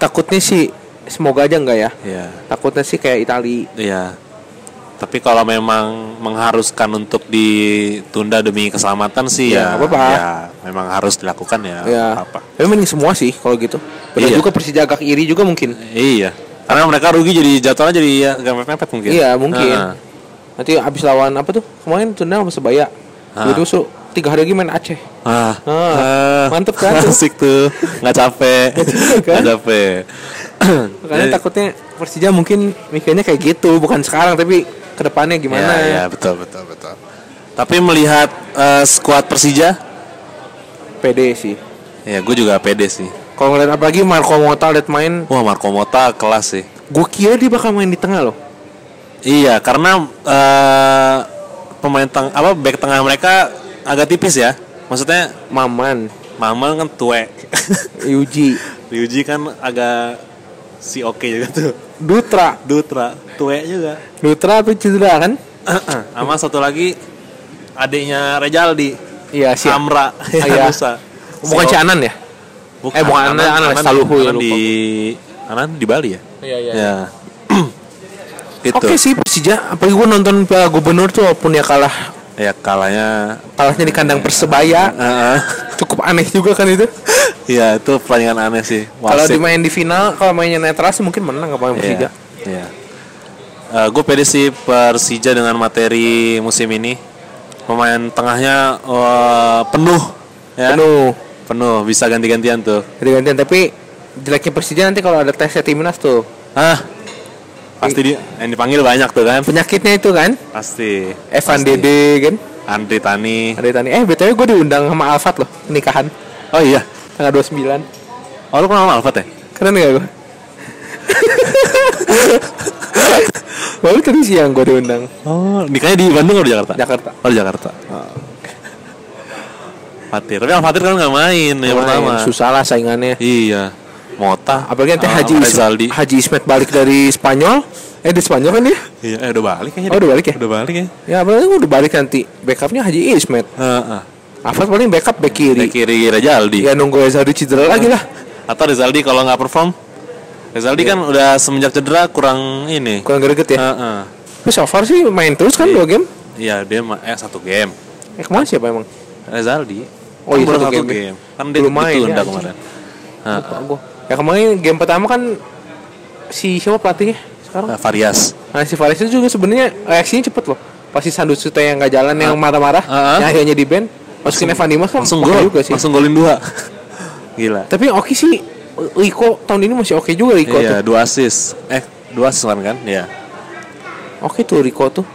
S2: takutnya sih semoga aja enggak ya.
S1: Iya.
S2: Takutnya sih kayak Itali.
S1: Iya. Tapi kalau memang mengharuskan untuk ditunda demi keselamatan sih ya,
S2: Ya, nggak apa-apa.
S1: ya memang harus dilakukan ya.
S2: Ya.
S1: nggak Apa?
S2: Tapi mending semua sih kalau gitu. Padahal
S1: Iya.
S2: juga Persija agak iri juga mungkin.
S1: Iya. Karena mereka rugi jadi jatuhnya jadi ya, agak mepet mungkin.
S2: Iya mungkin.
S1: Nah.
S2: Nanti abis lawan apa tuh kemarin tunda sama Sebaya.
S1: Ah.
S2: Itu su tiga hari lagi main Aceh.
S1: Ah,
S2: Ah, mantep kan tuh?
S1: Asik tuh, nggak capek,
S2: capek kan?
S1: nggak capek.
S2: Makanya
S1: Jadi-
S2: takutnya Persija mungkin mikirnya kayak gitu bukan sekarang tapi kedepannya gimana?
S1: Ya, ya, betul betul betul. Tapi melihat eh, skuad Persija,
S2: Pede sih.
S1: ya gue juga pede sih.
S2: Kalau ngeliat apalagi Marco Mota liat main,
S1: Wah Marco Mota kelas sih.
S2: gue kira dia bakal main di tengah loh.
S1: Iya, karena eh, pemain teng apa back tengah mereka agak tipis ya. Maksudnya
S2: Maman,
S1: Mamang kan tuek,
S2: Yuji,
S1: Ryuji kan agak si oke juga tuh.
S2: Dutra,
S1: Dutra tuek juga.
S2: Dutra apa cedera kan?
S1: Sama satu lagi adiknya Rejaldi.
S2: Iya sih.
S1: Amra
S2: Ah, iya.
S1: Hanusa.
S2: Bukan
S1: Si-
S2: si Anan ya?
S1: bukan,
S2: eh, bukan Anan, Anan, Saluhu ya,
S1: Anan
S2: lupa
S1: di Anan di Bali ya?
S2: Iya
S1: Ya. itu.
S2: Oke sih Persija, apalagi gue nonton Piala Gubernur tuh walaupun ya kalah
S1: Ya kalahnya
S2: kalahnya di kandang Persebaya.
S1: Heeh.
S2: cukup aneh juga kan itu
S1: ya itu pertandingan aneh sih.
S2: kalau
S1: Wasit.
S2: dimain di final kalau mainnya netral sih mungkin menang apa
S1: Iya,
S2: Persija
S1: Iya. gue pede sih Persija dengan materi musim ini. Pemain tengahnya eh, penuh ya.
S2: aduh
S1: Penuh, bisa ganti-gantian tuh.
S2: gantian tapi jeleknya Persija nanti kalau ada tesnya timnas tuh
S1: Hah. Pasti dia yang dipanggil banyak tuh kan.
S2: penyakitnya itu kan
S1: Pasti.
S2: Evan
S1: Pasti.
S2: Dede kan
S1: Andri Tani.
S2: ada tani eh btw gue diundang sama Alfat loh nikahan
S1: Oh iya.
S2: tanggal 29
S1: Oh lu kenal sama Alfat ya?
S2: keren nggak gue baru tadi siang gue diundang
S1: Oh, nikahnya di Bandung atau di Jakarta?
S2: Jakarta
S1: Oh, di Jakarta. Fatir. Tapi Al-Fatir kan nggak main yang pertama.
S2: Lumayan, susah lah saingannya
S1: Iya. Mota.
S2: apalagi nanti
S1: Ah,
S2: Haji Ismet-
S1: Rezaldi.
S2: Haji Ismet balik dari Spanyol eh di Spanyol kan dia
S1: Iya, eh, udah balik kayaknya.
S2: Oh,
S1: deh.
S2: udah balik ya?
S1: Udah balik ya.
S2: Ya apalagi udah balik nanti Backupnya Haji Ismet
S1: Heeh.
S2: Havertz paling backup back kiri.
S1: Dari kiri Rezaldi
S2: Ya nunggu Ezadu cedera lagi lah.
S1: atau Rezaldi kalau nggak perform Rezaldi kan udah semenjak cedera kurang ini
S2: Iya. Kurang greget ya.
S1: Heeh.
S2: Tapi so far sih main terus kan dua game.
S1: Ah. Iya dia ma- eh satu game
S2: Eh kemana siapa emang?
S1: Rezaldi
S2: Oh,
S1: Kan
S2: iya,
S1: baru
S2: satu
S1: satu game,
S2: game ya.
S1: kan dia
S2: Belum main,
S1: ditunda
S2: ya, anjing.
S1: kemarin Ah.
S2: Lupa gua. Ya kemarin game pertama kan si siapa pelatihnya sekarang?
S1: Nah, Varias
S2: Nah si Faris itu juga sebenarnya reaksinya cepet loh. Pasti sandut Sute yang nggak jalan yang marah-marah,
S1: Ah, ah.
S2: yang akhirnya di band. Masukin Evan Dimas kan
S1: langsung
S2: oke
S1: gol
S2: juga sih.
S1: langsung golin dua gila
S2: Tapi Oki sih Liko tahun ini masih oke juga Riko
S1: iya
S2: tuh.
S1: dua assist eh dua assist kemarin kan iya
S2: Oke tuh Riko tuh.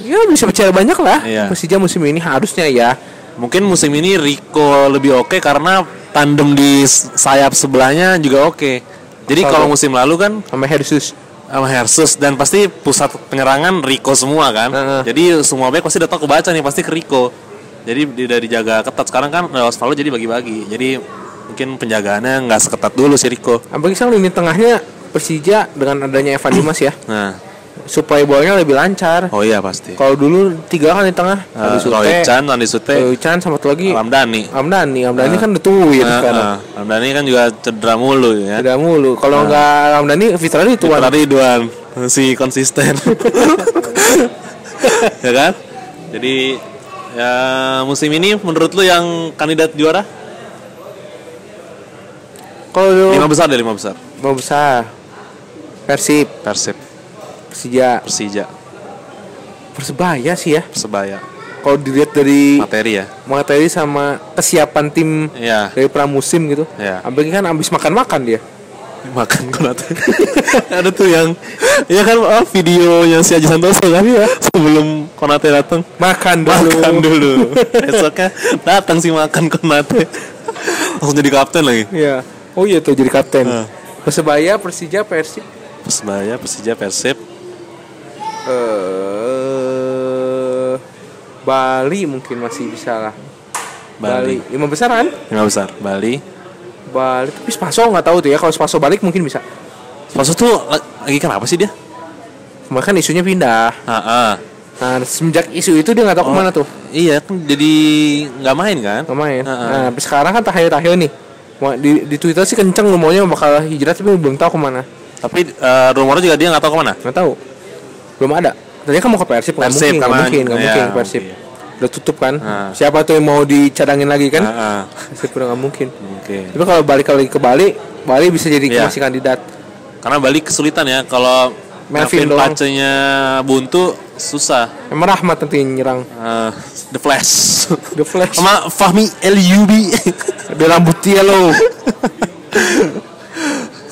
S2: Ya bisa percaya banyak lah.
S1: Iya.
S2: Persija musim ini harusnya ya.
S1: mungkin musim ini Rico lebih oke karena tandem di s- sayap sebelahnya juga oke jadi
S2: Asal
S1: kalau
S2: dong.
S1: musim lalu kan
S2: Sama Hersus.
S1: sama Hersus dan pasti pusat penyerangan Rico semua kan.
S2: Heeh.
S1: Jadi semua back pasti udah tau kebaca nih pasti ke Rico. Jadi udah dijaga ketat sekarang kan eh, Osvaldo jadi bagi-bagi. Jadi mungkin penjagaannya nggak seketat dulu si Rico.
S2: Apalagi sekarang lini tengahnya Persija dengan adanya Evan Dimas ya.
S1: Nah,
S2: Supply bolanya lebih lancar.
S1: oh iya pasti.
S2: Kalau dulu tiga kan di tengah,
S1: Uh,
S2: Sute, Eh,
S1: Roy Chan, Andi Sute,
S2: Roy Chan sama
S1: Iya.
S2: satu lagi
S1: Ramdani.
S2: Ramdhani. Ramdhani kan dituin
S1: Nah,
S2: sekarang.
S1: nah, Ramdhani kan juga cedera mulu ya.
S2: Tidak mulu. Kalau nggak Ramdhani Fitra itu
S1: Tuan Ridwan si konsisten. ya kan? Jadi ya musim ini menurut lu yang kandidat juara?
S2: Kalau dulu
S1: Lima besar deh lima besar.
S2: mau besar. Persib,
S1: Persib,
S2: Persija,
S1: Persija,
S2: Persebaya sih ya.
S1: Persebaya.
S2: Kalau dilihat dari
S1: Materi ya.
S2: materi sama kesiapan tim
S1: Iya.
S2: dari pramusim gitu.
S1: Iya.
S2: Apalagi kan abis makan-makan dia.
S1: Makan konate. Ada tuh yang ya kan ah, video yang si Aji Santoso kan ya sebelum konate datang.
S2: Makan dulu.
S1: Makan dulu. Besoknya datang sih makan konate. Langsung jadi kapten lagi.
S2: Iya. Oh iya tuh jadi kapten.
S1: Heeh.
S2: Persebaya, Persija, Persib.
S1: Persebaya, Persija, Persib,
S2: eh Bali mungkin masih bisa lah.
S1: Bali.
S2: Lima besar kan?
S1: Lima besar. Bali.
S2: Bali. Tapi Spaso nggak tahu tuh ya. Kalau Spaso balik mungkin bisa.
S1: Maksud tuh la- lagi kenapa sih dia?
S2: Kemarin kan isunya pindah.
S1: Ah, ah.
S2: Nah semenjak isu itu dia nggak tahu kemana tuh.
S1: Iya kan jadi nggak main kan?
S2: Nggak main.
S1: Ah, ah.
S2: Nah tapi sekarang kan tahyo-tahyo nih. Mau- Di, di Twitter sih kenceng rumornya bakal hijrah tapi belum tahu kemana.
S1: Tapi eh, rumornya juga dia nggak tahu kemana.
S2: Nggak tahu. Belum ada. Tadi kan mau ke Persib nggak
S1: Persib,
S2: mungkin, nggak
S1: kan?
S2: mungkin, nggak
S1: Iya,
S2: mungkin ke Persib.
S1: iya.
S2: Udah tutup kan.
S1: Ah.
S2: Siapa tuh yang mau dicadangin lagi kan?
S1: Ah, ah.
S2: Persib udah nggak mungkin.
S1: Oke.
S2: Tapi kalau balik lagi ke Bali, Bali bisa jadi
S1: Iya.
S2: masih kandidat.
S1: Karena Bali kesulitan ya kalau
S2: Melvin
S1: Melvin
S2: doang.
S1: pacenya buntu susah.
S2: Emang Rahmat nanti yang nyerang.
S1: Eh, The Flash.
S2: The Flash.
S1: Sama Fahmi Lyubi.
S2: Ada rambut dia lo.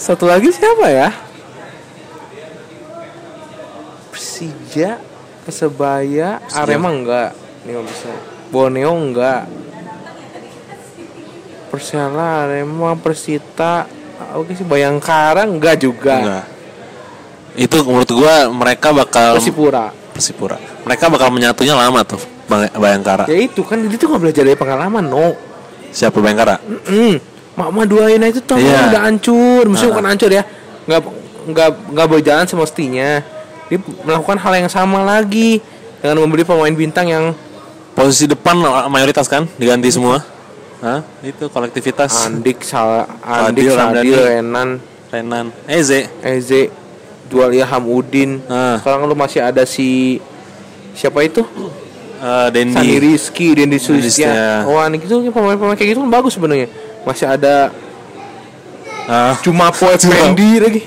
S2: Satu lagi siapa ya? Persija, Persebaya, Arema enggak. Ini nggak bisa. Borneo enggak. Persela, Arema, Persita, ah, oke sih Bayangkara enggak juga.
S1: Enggak. Iya. Itu menurut gua mereka bakal
S2: Oh, Persipura.
S1: Persipura. Mereka bakal menyatunya lama tuh. Bang- Bayangkara.
S2: Ya itu kan dia tuh nggak belajar dari pengalaman, no.
S1: Siapa Bayangkara?
S2: Mm, Mama dua United itu tahun
S1: Iya. Nah.
S2: lalu udah hancur, maksudnya bukan hancur ya, nggak nggak nggak berjalan semestinya. Dia melakukan hal yang sama lagi dengan membeli pemain bintang yang
S1: Posisi depan mayoritas kan diganti semua. Hah? Itu kolektivitas.
S2: Andik, Sal,
S1: Fadil,
S2: Andik,
S1: Ramdhani.
S2: Sadil, Renan,
S1: Renan, Eh, Eze.
S2: Eze, Jual Ilham Udin.
S1: Ah.
S2: Sekarang lu masih ada si siapa itu?
S1: eh, Dendi.
S2: Sandi Rizky, Dendi
S1: Sulistia.
S2: Sulistia. Wah, ini gitu pemain-pemain kayak gitu kan bagus sebenarnya. Masih ada
S1: Ah.
S2: cuma Poe Pendi lagi.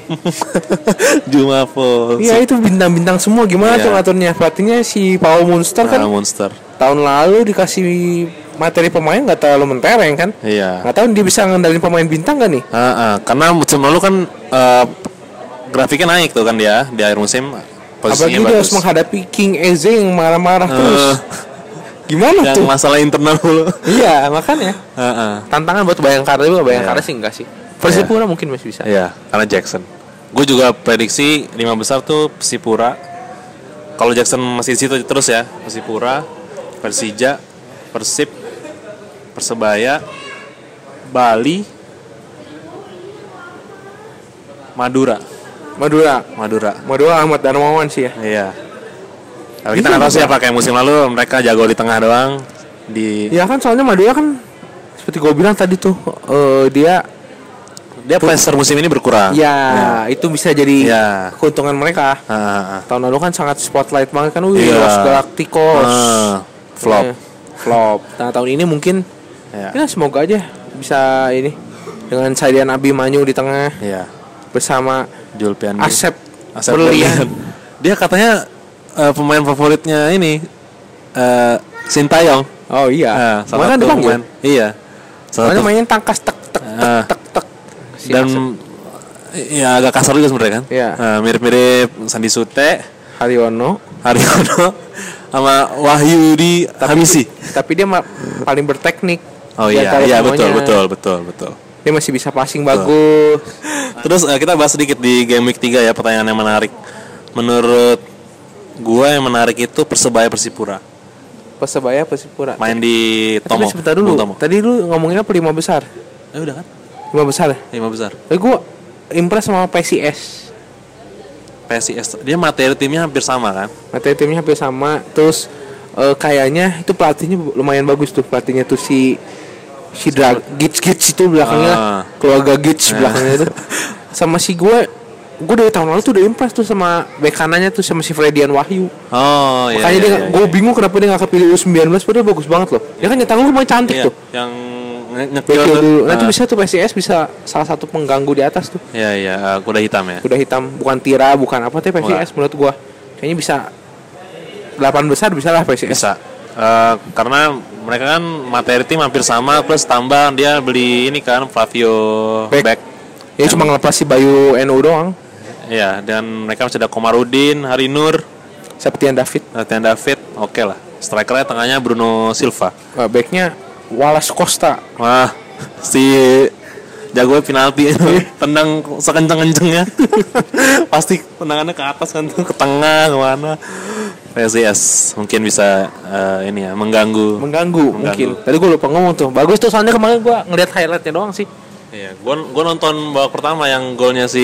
S1: Jumapo.
S2: Iya itu bintang-bintang semua gimana
S1: Iya.
S2: tuh ngaturnya Pelatihnya si Paul Munster kan
S1: Ah, Monster.
S2: tahun lalu dikasih materi pemain nggak terlalu mentereng kan
S1: Iya.
S2: nggak tahu dia bisa ngendalin pemain bintang gak nih
S1: Ah, ah. karena musim lalu kan eh, grafiknya naik tuh kan dia di akhir musim
S2: apalagi
S1: posisinya
S2: dia
S1: bagus.
S2: harus menghadapi King Eze yang marah-marah terus
S1: Eh,
S2: gimana
S1: yang
S2: tuh
S1: masalah internal dulu.
S2: iya makanya Iya.
S1: Ah, ah.
S2: tantangan buat Bayangkara juga Bayangkara sih enggak sih Persipura mungkin masih bisa
S1: Iya, karena Jackson. Gue juga prediksi lima besar tuh Persipura. Kalau Jackson masih di situ terus ya, Persipura, Persija, Persib, Persebaya, Bali, Madura,
S2: Madura
S1: Madura.
S2: Madura Ahmad Darmawan sih ya
S1: Iya. Kalau kita nggak tahu siapa kayak musim lalu mereka jago di tengah doang. di
S2: Ya kan soalnya Madura kan seperti gue bilang tadi tuh eh, dia
S1: dia pressure musim ini berkurang.
S2: ya itu bisa jadi
S1: Ya.
S2: keuntungan mereka.
S1: Ah, ah, ah.
S2: Tahun lalu kan sangat spotlight banget kan, wih
S1: Iya.
S2: Los Galacticos.
S1: Ah, flop.
S2: Iya. Flop. Nah, tahun ini mungkin
S1: Ya.
S2: ya semoga aja bisa ini dengan Saidian Abimanyu di tengah
S1: Iya.
S2: bersama
S1: Julpian
S2: Asep,
S1: Asep Berlian.
S2: Berlian.
S1: Dia katanya eh, pemain favoritnya ini eh Sintayong. Ah,
S2: Oh iya.
S1: salah
S2: Mana
S1: satu
S2: dipanggil?
S1: pemain. Iya. Salah
S2: Mana
S1: satu-
S2: mainnya tangkas tek tek
S1: Ah.
S2: tek tek tek. Si
S1: dan
S2: Asep
S1: ya agak kasar juga sebenarnya kan.
S2: Iya.
S1: Eh, mirip-mirip Sandi Sute,
S2: Haryono,
S1: Haryono sama Wahyu di Hamisi.
S2: tapi dia ma- paling berteknik.
S1: Oh
S2: di
S1: iya,
S2: antara
S1: iya
S2: semuanya.
S1: betul, betul, betul, betul.
S2: Dia masih bisa passing bagus.
S1: Terus eh, kita bahas sedikit di game week 3 ya pertanyaan yang menarik. Menurut gua yang menarik itu Persebaya Persipura.
S2: Persebaya Persipura.
S1: Main di
S2: Eh, Tapi
S1: Tomo.
S2: sebentar dulu.
S1: Bung Tomo.
S2: Tadi lu ngomonginnya apa lima besar?
S1: Eh udah kan?
S2: Lima besar. ya?
S1: Lima besar.
S2: Eh gua impress sama PCS.
S1: PSIS dia materi timnya hampir sama kan?
S2: Materi timnya hampir sama. Terus eh, kayaknya itu pelatihnya lumayan bagus tuh pelatihnya tuh si si Dra Gits Gits itu belakangnya
S1: Ah.
S2: keluarga Gits belakangnya itu sama si gue gue dari tahun lalu tuh udah impress tuh sama bek kanannya tuh sama si Fredian Wahyu
S1: Oh iya.
S2: Makanya
S1: iya,
S2: dia
S1: iya,
S2: gue
S1: iya.
S2: bingung kenapa dia gak kepilih U19 padahal bagus banget loh. Dia kan nyetang lu lumayan cantik
S1: Iya,
S2: tuh.
S1: yang nge- ngekil
S2: Bekil
S1: tuh.
S2: dulu. Nah,
S1: Ah.
S2: itu bisa tuh PCS bisa salah satu pengganggu di atas tuh.
S1: Iya iya, eh, kuda hitam ya.
S2: Udah hitam, bukan Tira, bukan apa tuh PCS menurut gua. Kayaknya bisa 8 besar bisa lah PCS.
S1: Bisa. Eh, karena mereka kan materi tim hampir sama plus tambah dia beli ini kan Flavio
S2: Back.
S1: Beck.
S2: Ya cuma ngelepas si Bayu NU doang.
S1: Iya, dan mereka masih ada Komarudin, Harinur,
S2: Septian David.
S1: Latihan David, oke lah. Strikernya tengahnya Bruno Silva.
S2: Eh, backnya Wallace Costa.
S1: Wah, si jago penalti tendang sekenceng-kencengnya. Pasti tendangannya ke atas kan tuh, ke tengah kemana. PSIS mungkin bisa eh, ini ya mengganggu.
S2: Mengganggu, mungkin. Tadi gua lupa ngomong tuh. Bagus tuh soalnya kemarin gua ngeliat highlightnya doang sih.
S1: Iya, gua, gua nonton babak pertama yang golnya si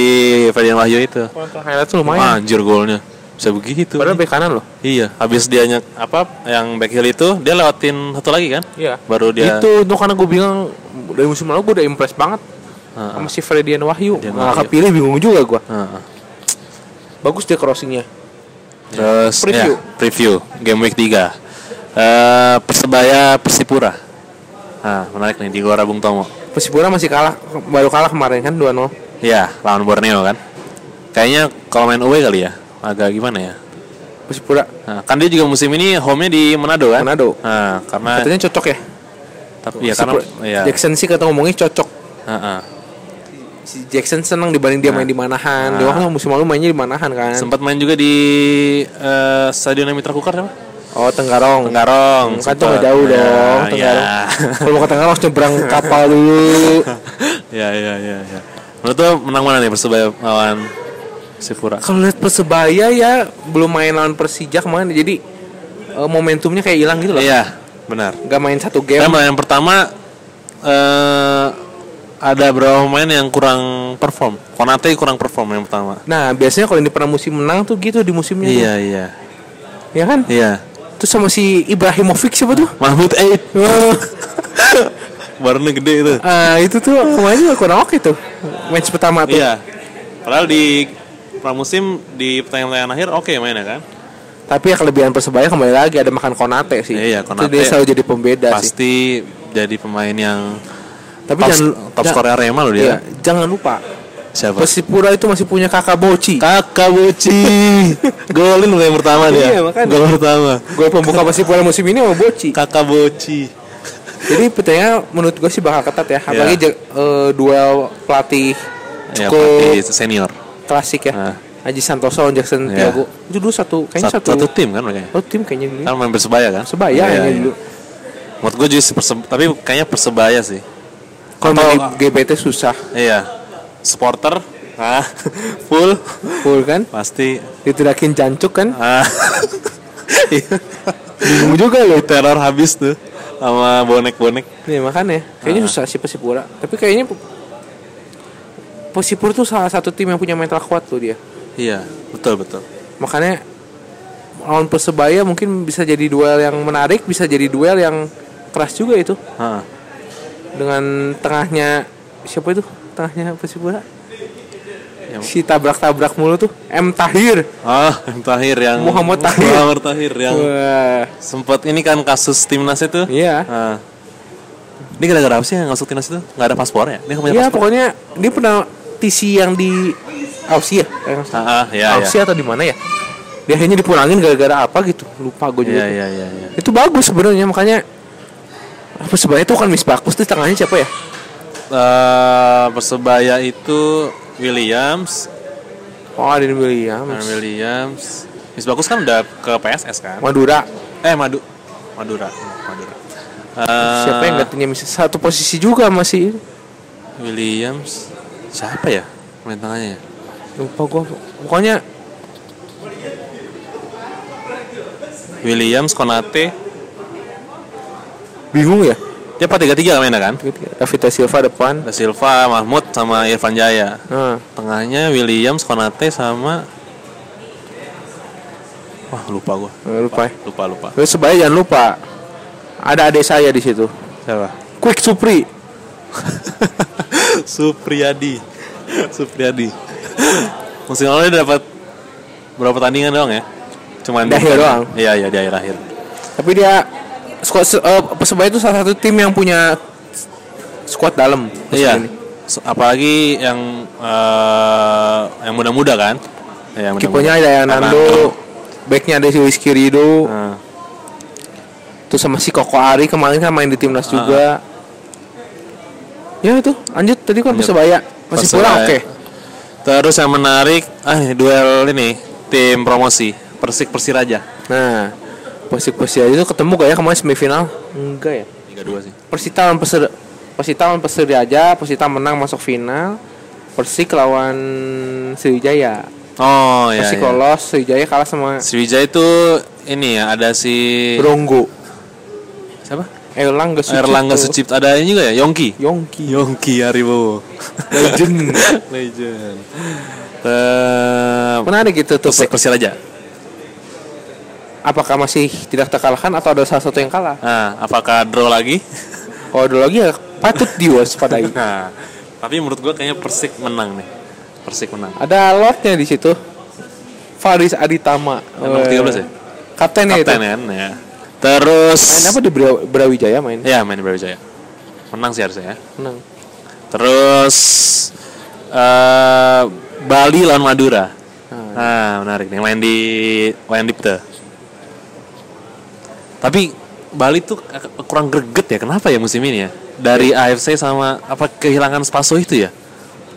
S1: Ferdian Wahyu itu.
S2: Gua nonton highlight tuh lumayan.
S1: Wah, anjir golnya. Bisa begitu.
S2: Padahal bek kanan loh.
S1: Iya, habis dia nyek- apa yang back heel itu dia lewatin satu lagi kan?
S2: Iya.
S1: Baru dia
S2: Itu tuh karena gue bilang dari musim lalu gue udah impress banget
S1: Heeh.
S2: sama si Fredian Wahyu.
S1: Fredian
S2: Nggak
S1: Wahyu.
S2: kepilih bingung juga gue.
S1: Heeh.
S2: Bagus dia crossingnya.
S1: Terus
S2: Preview.
S1: ya, preview game week 3. Eh Persebaya Persipura. Nah, menarik nih di Gelora Bung Tomo.
S2: Persipura masih kalah baru kalah kemarin kan 2-0.
S1: Ya, lawan Borneo kan. Kayaknya kalau main away kali ya, agak gimana ya?
S2: Persipura
S1: Nah, kan dia juga musim ini home-nya di Manado kan?
S2: Manado.
S1: Nah, karena
S2: katanya cocok ya.
S1: tapi
S2: Iya,
S1: ya karena ah,
S2: Persipura-
S1: ya.
S2: Jackson sih kata ngomongnya cocok.
S1: Heeh.
S2: Si Jackson senang dibanding
S1: Nah.
S2: dia main di Manahan. Dia kan musim lalu mainnya di Manahan kan.
S1: Sempat main juga di eh, Stadion Mitra Kukar apa?
S2: oh Tenggarong.
S1: Tenggarong.
S2: Kan tuh
S1: sempat.
S2: nggak jauh
S1: Ya,
S2: dong
S1: ya.
S2: Tenggarong. Kalau mau ke Tenggarong harus nyebrang kapal dulu.
S1: ya, ya, ya, ya. Menurut lo menang mana nih Persebaya lawan Sipura?
S2: Kalau lihat Persebaya ya belum main lawan Persija kemarin jadi eh, momentumnya kayak hilang gitu loh.
S1: Iya, benar.
S2: Gak main satu game.
S1: Karena yang pertama eh ada beberapa pemain yang kurang perform. Konate kurang perform yang pertama.
S2: Nah biasanya kalau di pramusim menang tuh gitu di musimnya. tuh.
S1: Iya, iya.
S2: Ya kan?
S1: Iya.
S2: Terus sama si Ibrahimovic siapa tuh?
S1: Mahmud Eid. Barunya gede itu.
S2: Ah, itu tuh kemarin juga kurang oke tuh. Match pertama tuh.
S1: Iya. Padahal di pramusim di pertandingan akhir oke mainnya kan?
S2: Tapi ya kelebihan Persebaya kembali lagi ada makan Konate sih.
S1: Iya, Konate.
S2: Itu dia selalu jadi
S1: Iya
S2: pembeda sih.
S1: Pasti jadi pemain yang
S2: Tapi
S1: top,
S2: jangan
S1: top
S2: ja-
S1: scorer Arema loh
S2: Iya,
S1: dia.
S2: jangan lupa
S1: ya. Siapa?
S2: Persipura itu masih punya kakak Boci.
S1: Kakak Boci. Golin loh yang pertama dia.
S2: Iya, makanya.
S1: Gol pertama.
S2: Gue pembuka Persipura musim ini sama Boci.
S1: Kakak Boci.
S2: Jadi pertanyaan menurut gue sih bakal ketat
S1: Iya.
S2: ya. Apalagi je- eh, duel pelatih
S1: Ya,
S2: cukup
S1: pelatih senior.
S2: klasik ya.
S1: Nah.
S2: Haji Santoso lawan Jackson
S1: Iya.
S2: Tiago. Itu dulu satu kayaknya
S1: Satu, satu
S2: satu,
S1: tim kan mereka.
S2: satu tim kayaknya dulu.
S1: Kan main Persebaya kan?
S2: Persebaya
S1: Iya,
S2: kayaknya
S1: iya.
S2: dulu.
S1: Menurut gue juga sih Perse- tapi kayaknya Persebaya sih.
S2: Kalau main GBT susah.
S1: Iya. Supporter ah full
S2: Full kan?
S1: pasti
S2: Diterakin jancuk kan?
S1: ah
S2: Bingung juga loh.
S1: teror habis tuh sama bonek-bonek.
S2: Nih makanya kayaknya susah sih Persipura. Tapi kayaknya Pe- Persipura tuh salah satu tim yang punya mental kuat loh dia.
S1: Iya, betul betul.
S2: Makanya lawan Persebaya mungkin bisa jadi duel yang menarik, bisa jadi duel yang keras juga itu
S1: Ha.
S2: dengan tengahnya siapa itu tengahnya Persipura
S1: Ya.
S2: si tabrak-tabrak mulu tuh M Tahir
S1: Ah, yang Tahir yang
S2: Muhammad Tahir.
S1: Muhammad Tahir yang
S2: wah
S1: sempat ini kan kasus timnas itu.
S2: iya
S1: Ah. Ini gara-gara apa sih yang masuk timnas itu? Nggak ada paspornya? Dia nggak punya
S2: iya
S1: paspor.
S2: pokoknya dia pernah TC yang di Aussie ya Eh,
S1: Ah, ah, ya, ya.
S2: Aussie atau di mana ya dia akhirnya dipulangin gara-gara apa gitu lupa gue
S1: Iya,
S2: juga tuh.
S1: iya, iya, iya.
S2: itu bagus sebenarnya makanya apa sebenarnya itu kan Miss Bagus di tangannya siapa ya
S1: Eh, persebaya itu Williams,
S2: oh Aden Williams
S1: Aaron Williams. Miss Bagus kan udah ke PSS kan?
S2: Madura
S1: Eh Madu, Madura, Madura. Eh,
S2: siapa ya? yang gantinya Miss satu posisi juga masih
S1: Eh, Williams? Siapa ya? Main tangannya ya?
S2: lupa gue pokoknya
S1: Williams, Konate.
S2: bingung ya
S1: Dia 4-3-3 mainnya kan?
S2: David da Silva depan
S1: Da Silva, Mahmud sama Irfan Jaya.
S2: nah
S1: Tengahnya Williams, Konate sama Wah, lupa gua.
S2: eh, lupa ya.
S1: Lupa, lupa.
S2: terus sebaya jangan lupa ada adik saya di situ
S1: Siapa?
S2: Quick Supri
S1: Supriyadi. Supriyadi. Musim lalu dia dapat berapa pertandingan doang ya? Cuman
S2: Di akhir doang.
S1: Iya, iya di akhir-akhir.
S2: tapi dia squad se- eh, Persebaya itu salah satu tim yang punya squad dalam musim
S1: Iya.
S2: ini.
S1: So- Apalagi yang eh, yang muda-muda kan? Ya, yang muda-muda.
S2: kipernya ada yang Nando backnya ada si Rizky Rido
S1: Nah,
S2: terus sama si Koko Ari kemarin kan main di
S1: Ah.
S2: timnas juga ya itu lanjut tadi kan Persebaya masih
S1: Persebaya.
S2: kurang oke
S1: Terus yang menarik, ah duel ini tim promosi Persik Persiraja.
S2: nah Persik Persija itu ketemu gak ya kemarin semifinal enggak ya
S1: 3-2 sih.
S2: Persita lawan Persir Persita lawan Persiraja Persita menang masuk final Persik lawan Sriwijaya
S1: Oh iya.
S2: Persik
S1: iya.
S2: lolos Sriwijaya kalah sama
S1: Sriwijaya itu ini ya ada si
S2: Bronggo
S1: siapa?
S2: Eh, Erlangga Sucipto
S1: Erlangga Sucipto ada ini juga ya Yongki.
S2: Yongki
S1: Yongki Aribowo.
S2: Legend
S1: Legend. Eh,
S2: menarik gitu tuh
S1: Persik Persiraja.
S2: apakah masih tidak terkalahkan atau ada salah satu yang kalah
S1: Nah, apakah draw lagi?
S2: kalau ada lagi ya patut diwaspadai
S1: Nah, tapi menurut gua kayaknya Persik menang nih. Persik menang.
S2: ada lotnya di situ Faris Aditama
S1: Nomor 13
S2: Eh,
S1: ya?
S2: kaptennya itu
S1: Kapten kan ya. Terus
S2: main apa di Bra- Brawijaya main
S1: Ya, main Brawijaya. Menang sih harusnya ya.
S2: menang
S1: Terus eh Bali lawan Madura. Nah, menarik nih main di Wayan Dipta. Tapi Bali tuh ak- kurang greget ya. Kenapa ya musim ini ya? Dari AFC sama apa kehilangan Spaso itu ya?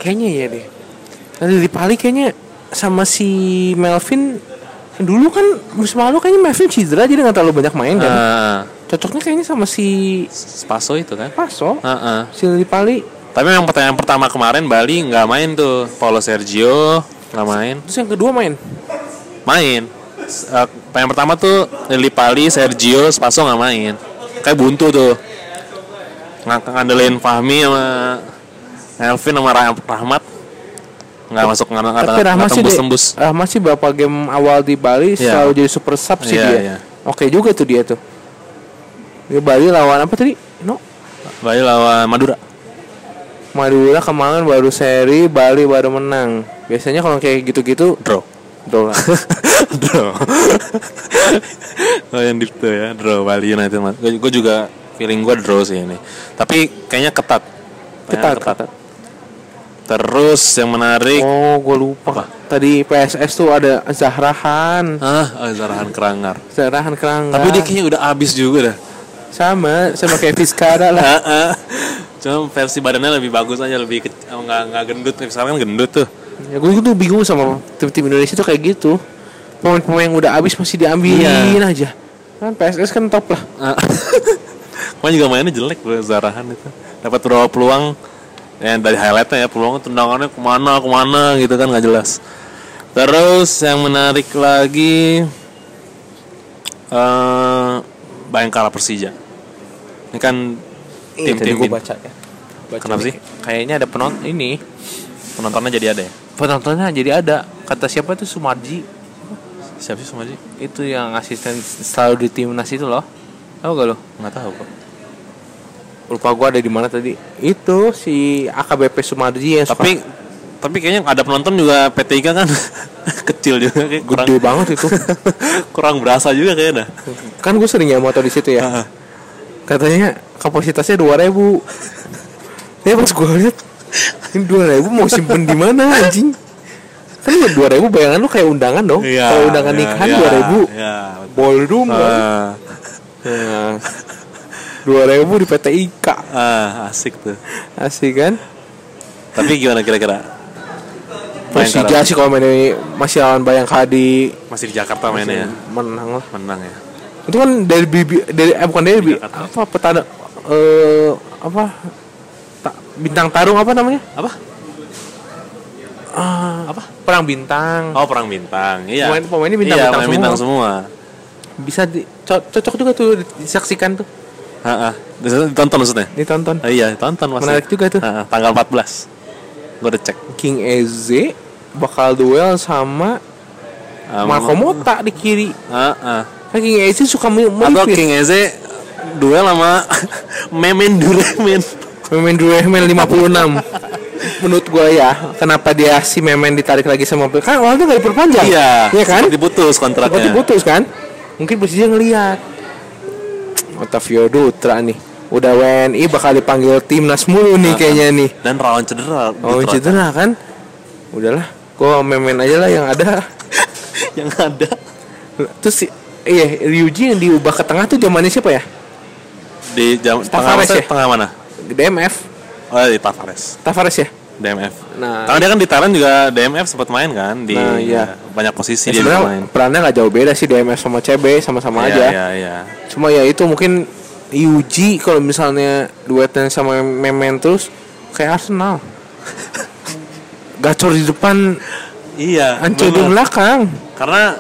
S2: Kayaknya iya deh. Tadi di Pali kayaknya sama si Melvin dulu kan musim lalu kayaknya Melvin cedera jadi nggak terlalu banyak main kan.
S1: Nah,
S2: Cocoknya kayaknya sama si
S1: Spaso itu kan.
S2: Paso,
S1: Heeh.
S2: si di Pali.
S1: Tapi yang pertanyaan pertama kemarin Bali nggak main tuh. Paulo Sergio nggak main.
S2: Terus yang kedua main.
S1: main. S- eh, yang pertama tuh Lili Pali, Sergio, Spaso nggak main. Kayak buntu tuh. Ng ngandelin Fahmi sama Elvin sama Rah- Rahmat nggak masuk nggak nggak
S2: Tapi Rahmat sih
S1: tembus
S2: deh,
S1: tembus.
S2: Rahmat sih beberapa game awal di Bali
S1: Iya.
S2: selalu jadi super sub sih
S1: Iya,
S2: dia.
S1: iya.
S2: Oke juga tuh dia tuh. Di Bali lawan apa tadi? No.
S1: Bali lawan Madura.
S2: Madura kemarin baru seri, Bali baru menang. Biasanya kalau kayak gitu-gitu
S1: Draw.
S2: dolar.
S1: draw. oh yang dipto ya, draw Bali United. Gue juga feeling gue draw sih ini. Tapi kayaknya ketat. Kayaknya
S2: Ketat, ketat.
S1: Terus yang menarik
S2: Oh, gue lupa.
S1: Apa?
S2: Tadi PSS tuh ada Zahrahan,
S1: ah Zarahan Kerangar.
S2: Zahrahan Kerangga.
S1: Tapi dia kayaknya udah abis juga dah.
S2: sama sama kayak Fiskara lah.
S1: Heeh. Cuma versi badannya lebih bagus aja, lebih ke- nggak nggak gendut. Eh, Sekarang kan gendut tuh.
S2: Ya gue tuh bingung sama tim-tim Indonesia tuh kayak gitu. Pemain-pemain yang udah habis masih diambilin aja. Kan PSS kan top lah.
S1: Ah. Kemarin juga mainnya jelek bro, Zarahan itu. Dapat berapa peluang? Eh, dari highlightnya ya peluangnya tendangannya kemana kemana gitu kan nggak jelas. Terus yang menarik lagi eh Bayangkara Persija. Ini kan tim-tim
S2: gue
S1: in-
S2: baca ya.
S1: Kenapa sih?
S2: Kayaknya ada penonton ini.
S1: penontonnya jadi ada ya.
S2: Penontonnya jadi ada. Kata siapa tuh Sumarji
S1: Siapa sih Sumarji?
S2: itu yang asisten selalu di timnas itu loh. Tahu gak lo?
S1: Nggak tahu kok.
S2: lupa gua ada di mana tadi itu si AKBP Sumarji yang suka-
S1: Tapi tapi kayaknya ada penonton juga PT Ika kan kecil juga kayak kurang
S2: gede banget itu
S1: kurang berasa juga kayaknya dah.
S2: kan gue sering ya motor di situ ya
S1: Ah,
S2: katanya kapasitasnya 2000 ya pas gue lihat ini 2000 mau simpen di mana anjing kan ya 2000 bayangan lu kayak undangan dong
S1: Iya.
S2: Oh, kalau undangan
S1: iya,
S2: nikahan
S1: iya,
S2: 2000
S1: Iya.
S2: ballroom kan
S1: Ah,
S2: nah, 2000 di PT Ika
S1: ah, asik tuh.
S2: asik kan
S1: Tapi gimana kira-kira?
S2: Persija sih kalau main ini masih lawan Bayangkara di
S1: masih di Jakarta mainnya ya.
S2: menang lah
S1: Menang ya.
S2: itu kan dari bibi dari eh bukan dari
S1: Jakarta.
S2: apa petanda eh apa ta- bintang tarung apa namanya
S1: Apa?
S2: Ah, apa perang bintang
S1: Oh, perang bintang. Iya.
S2: Pemain- pemainnya bintang-
S1: iya,
S2: bintang
S1: pemain
S2: semua.
S1: bintang semua.
S2: bisa di, co- cocok juga tuh disaksikan tuh
S1: Heeh. Ditonton maksudnya?
S2: ditonton
S1: Ah, iya, tonton pasti.
S2: Menarik juga tuh.
S1: Ah, ah, tanggal 14. Gue udah cek.
S2: King Ez bakal duel sama
S1: Ah,
S2: Marco Mota di kiri
S1: Ah, ah.
S2: kan King Ez suka mu-
S1: Atau
S2: melipir
S1: King Eze duel sama Memen Duremen.
S2: Memen dua Memen 56 menurut gua ya kenapa dia si Memen ditarik lagi sama kan awalnya nggak diperpanjang
S1: Iya,
S2: Iya kan
S1: seperti putus
S2: Berarti
S1: kontraknya.
S2: putus kan? Mungkin Persija ngelihat. Otavio Dutra nih. Udah WNI bakal dipanggil timnas mulu nih kayaknya nih.
S1: Dan rawan cedera. Gitu Nah,
S2: Oh
S1: Dutra.
S2: cedera kan? Udahlah, gua main-main aja lah yang ada.
S1: Yang ada
S2: Terus si iya Ryuji yang diubah ke tengah tuh zamannya siapa ya?
S1: di jam tengah
S2: Tavares
S1: maksudnya
S2: ya?
S1: tengah mana?
S2: DMF,
S1: Oh, di Tavares.
S2: Tavares ya.
S1: DMF.
S2: Nah.
S1: Karena dia kan di Thailand juga DMF sempat main kan di
S2: Nah, iya.
S1: banyak posisi dia bisa main.
S2: Sebenarnya perannya nggak jauh beda sih DMF sama CB sama-sama
S1: Iya,
S2: aja.
S1: Iya, iya.
S2: Cuma ya itu mungkin Ryuji kalau misalnya duetnya sama Memen terus kayak Arsenal. Gacor di depan,
S1: Iya.
S2: hancur di
S1: bener.
S2: belakang.
S1: Karena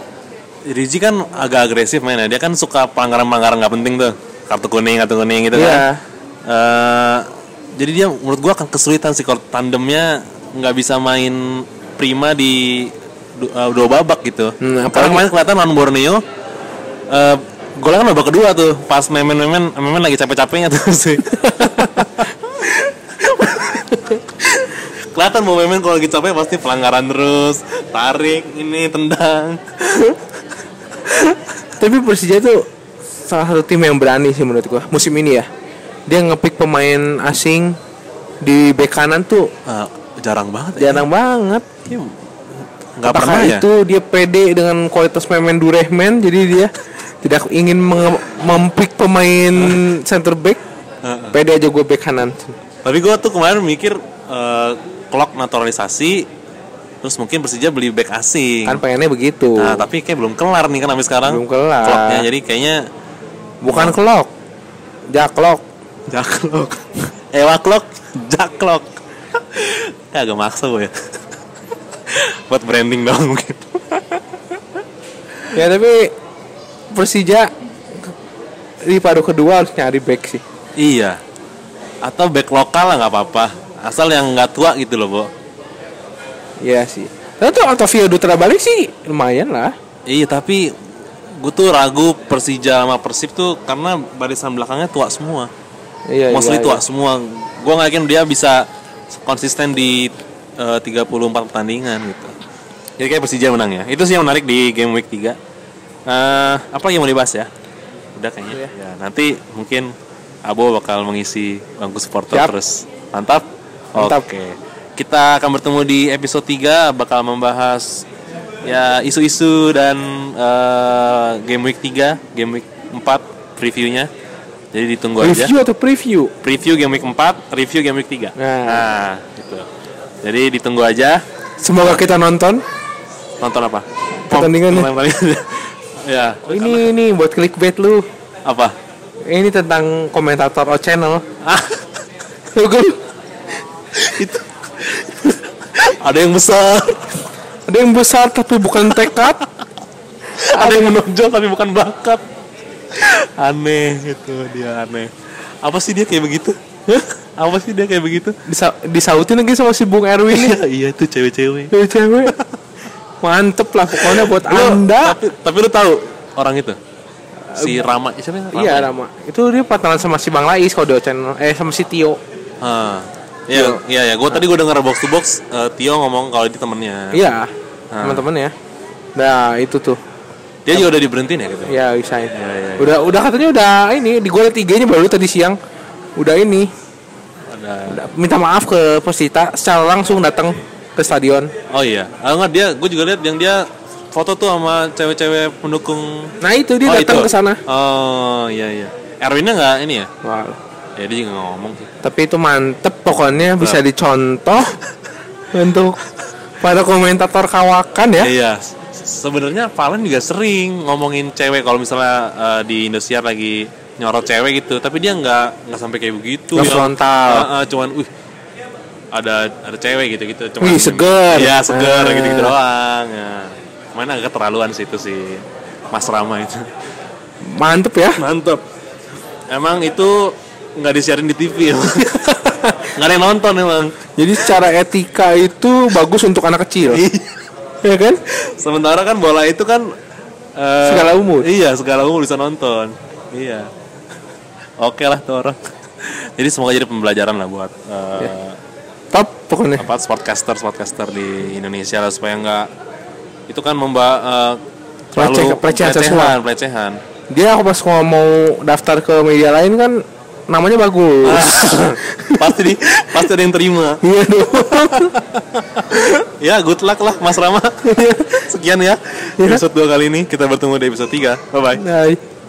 S1: Riji kan agak agresif mainnya. Dia kan suka pelanggaran-pelanggaran nggak penting tuh. Kartu kuning, kartu kuning gitu kan.
S2: Iya.
S1: Eh, jadi dia menurut gua akan kesulitan sih kalau tandemnya nggak bisa main prima di du- eh, dua babak gitu. Karena
S2: Hmm, apalagi-
S1: kemarin kelihatan lawan Borneo eh golnya kan babak kedua tuh. Pas memen-memen memen lagi capek-capeknya tuh sih. kelihatan mau memen kalau lagi capek pasti pelanggaran terus, tarik, ini tendang.
S2: Tapi Persija itu salah satu tim yang berani sih menurut gua musim ini ya. Dia ngepick pemain asing di bek kanan tuh
S1: Eh, jarang banget ya.
S2: jarang banget.
S1: Kayaknya nggak
S2: Apakah
S1: pernah ya.
S2: itu dia pede dengan kualitas pemain Durehman jadi dia tidak ingin menge- mempick pemain center back. Pede aja gue bek kanan.
S1: Tapi gue tuh kemarin mikir eh, clock naturalisasi, terus mungkin Persija beli back asing.
S2: Kan pengennya begitu.
S1: Iya. Nah, tapi kayak belum kelar nih kan sampai sekarang.
S2: Belum kelar.
S1: Clocknya jadi kayaknya
S2: Bukan
S1: nah.
S2: kelok. Jaklok.
S1: jaklok, ewa clock, Eh, jaklok. ya agak maksa gue. ya. Buat branding dong mungkin.
S2: Ya tapi Persija di paruh kedua harus nyari back sih.
S1: Iya. Atau back lokal lah nggak apa-apa. Asal yang nggak tua gitu loh, Bo.
S2: Iya sih. Tapi tuh Otavio Dutra balik sih lumayan lah.
S1: Iya, tapi gue tuh ragu Persija sama Persib tuh karena barisan belakangnya tua semua.
S2: Iya.
S1: mostly
S2: iya,
S1: tua
S2: iya.
S1: semua. Gue nggak yakin dia bisa konsisten di eh, 34 pertandingan gitu. Jadi kayak Persija menang ya. Itu sih yang menarik di game week 3. Eh, apa yang mau dibahas ya? Udah
S2: Iya.
S1: kayaknya. Ya, nanti mungkin Abo bakal mengisi bangku supporter
S2: Siap.
S1: terus. Mantap.
S2: iya. Mantap.
S1: Oke. Kita akan bertemu di episode 3 bakal membahas ya isu-isu dan eh, game week 3, game week 4 previewnya. Jadi ditunggu aja
S2: Review atau preview?
S1: review game week 4, review game week 3.
S2: Nah.
S1: Nah, gitu. Jadi ditunggu aja
S2: Semoga kita nonton.
S1: nonton apa?
S2: Pertandingannya.
S1: Pem- pertandingan. ya,
S2: Oh, ini ini buat clickbait lu.
S1: apa?
S2: Ini tentang komentator O Channel.
S1: Ah,
S2: Lu kan-
S1: ada yang besar,
S2: Ada yang besar tapi bukan tekad.
S1: ada yang menonjol tapi bukan bakat. Aneh gitu dia aneh. Apa sih dia kayak begitu? apa sih dia kayak begitu?
S2: Disa- disautin lagi sama si Bung Erwin nih. Ya,
S1: iya itu cewek-cewek.
S2: Dari cewek. Mantep lah pokoknya buat
S1: Lu-
S2: Anda.
S1: Tapi, tapi lu tahu orang itu? si Rama siapa ya?
S2: Iya Rama. Itu dia partneran sama si Bang Lais kalau di channel eh sama si Tio.
S1: Ah. Iya,
S2: Tio.
S1: iya, ya. Gue tadi gue dengar box to box eh, Tio ngomong kalau dia temennya.
S2: Iya. Teman-teman ya. Nah, itu tuh.
S1: Dia juga udah diberhentiin ya gitu.
S2: Ya, bisa.
S1: iya,
S2: Udah udah katanya udah ini di gol tiganya baru tadi siang. Udah ini.
S1: Ada.
S2: Minta maaf ke Persita secara langsung datang ke stadion.
S1: Oh iya. Ah enggak dia, gue juga lihat yang dia foto tuh sama cewek-cewek pendukung.
S2: Nah, itu dia
S1: oh,
S2: datang
S1: itu.
S2: ke sana.
S1: Oh iya iya. Erwinnya nggak ini ya?
S2: Wah.
S1: Ya dia juga nggak ngomong sih.
S2: Tapi itu mantep pokoknya bisa dicontoh untuk para komentator kawakan ya.
S1: Iya. Sebenarnya Valen juga sering ngomongin cewek kalau misalnya eh, di Indosiar lagi nyorot cewek gitu, tapi dia nggak nggak sampai kayak begitu.
S2: Nggak
S1: ya.
S2: frontal.
S1: Ah, ah, cuman, wih ada ada cewek gitu gitu. Cuman,
S2: Wih, seger.
S1: Iya seger
S2: Ah.
S1: gitu gitu doang. Ya. Mana agak keterlaluan sih itu sih Mas Rama itu.
S2: Mantep ya.
S1: Mantap. Emang itu nggak disiarin di TV emang. nggak ada yang nonton emang.
S2: Jadi secara etika itu bagus untuk anak kecil.
S1: Iya.
S2: ya kan?
S1: Sementara kan bola itu kan eh,
S2: Segala umur.
S1: Iya, segala umur bisa nonton. Iya. Oke lah tuh orang. Jadi semoga jadi pembelajaran lah buat eh,
S2: Top pokoknya.
S1: apa sportcaster sportcaster di Indonesia lah supaya nggak itu kan membawa eh, terlalu
S2: Pelece- pelecehan
S1: pelecehan,
S2: seksual.
S1: pelecehan.
S2: Dia aku pas mau- mau daftar ke media lain kan namanya bagus.
S1: Ah. pasti di, pasti ada yang terima. ya
S2: Iya dong.
S1: good luck lah Mas Rama sekian ya episode 2 kali ini kita bertemu di episode 3 bye bye
S2: Nah,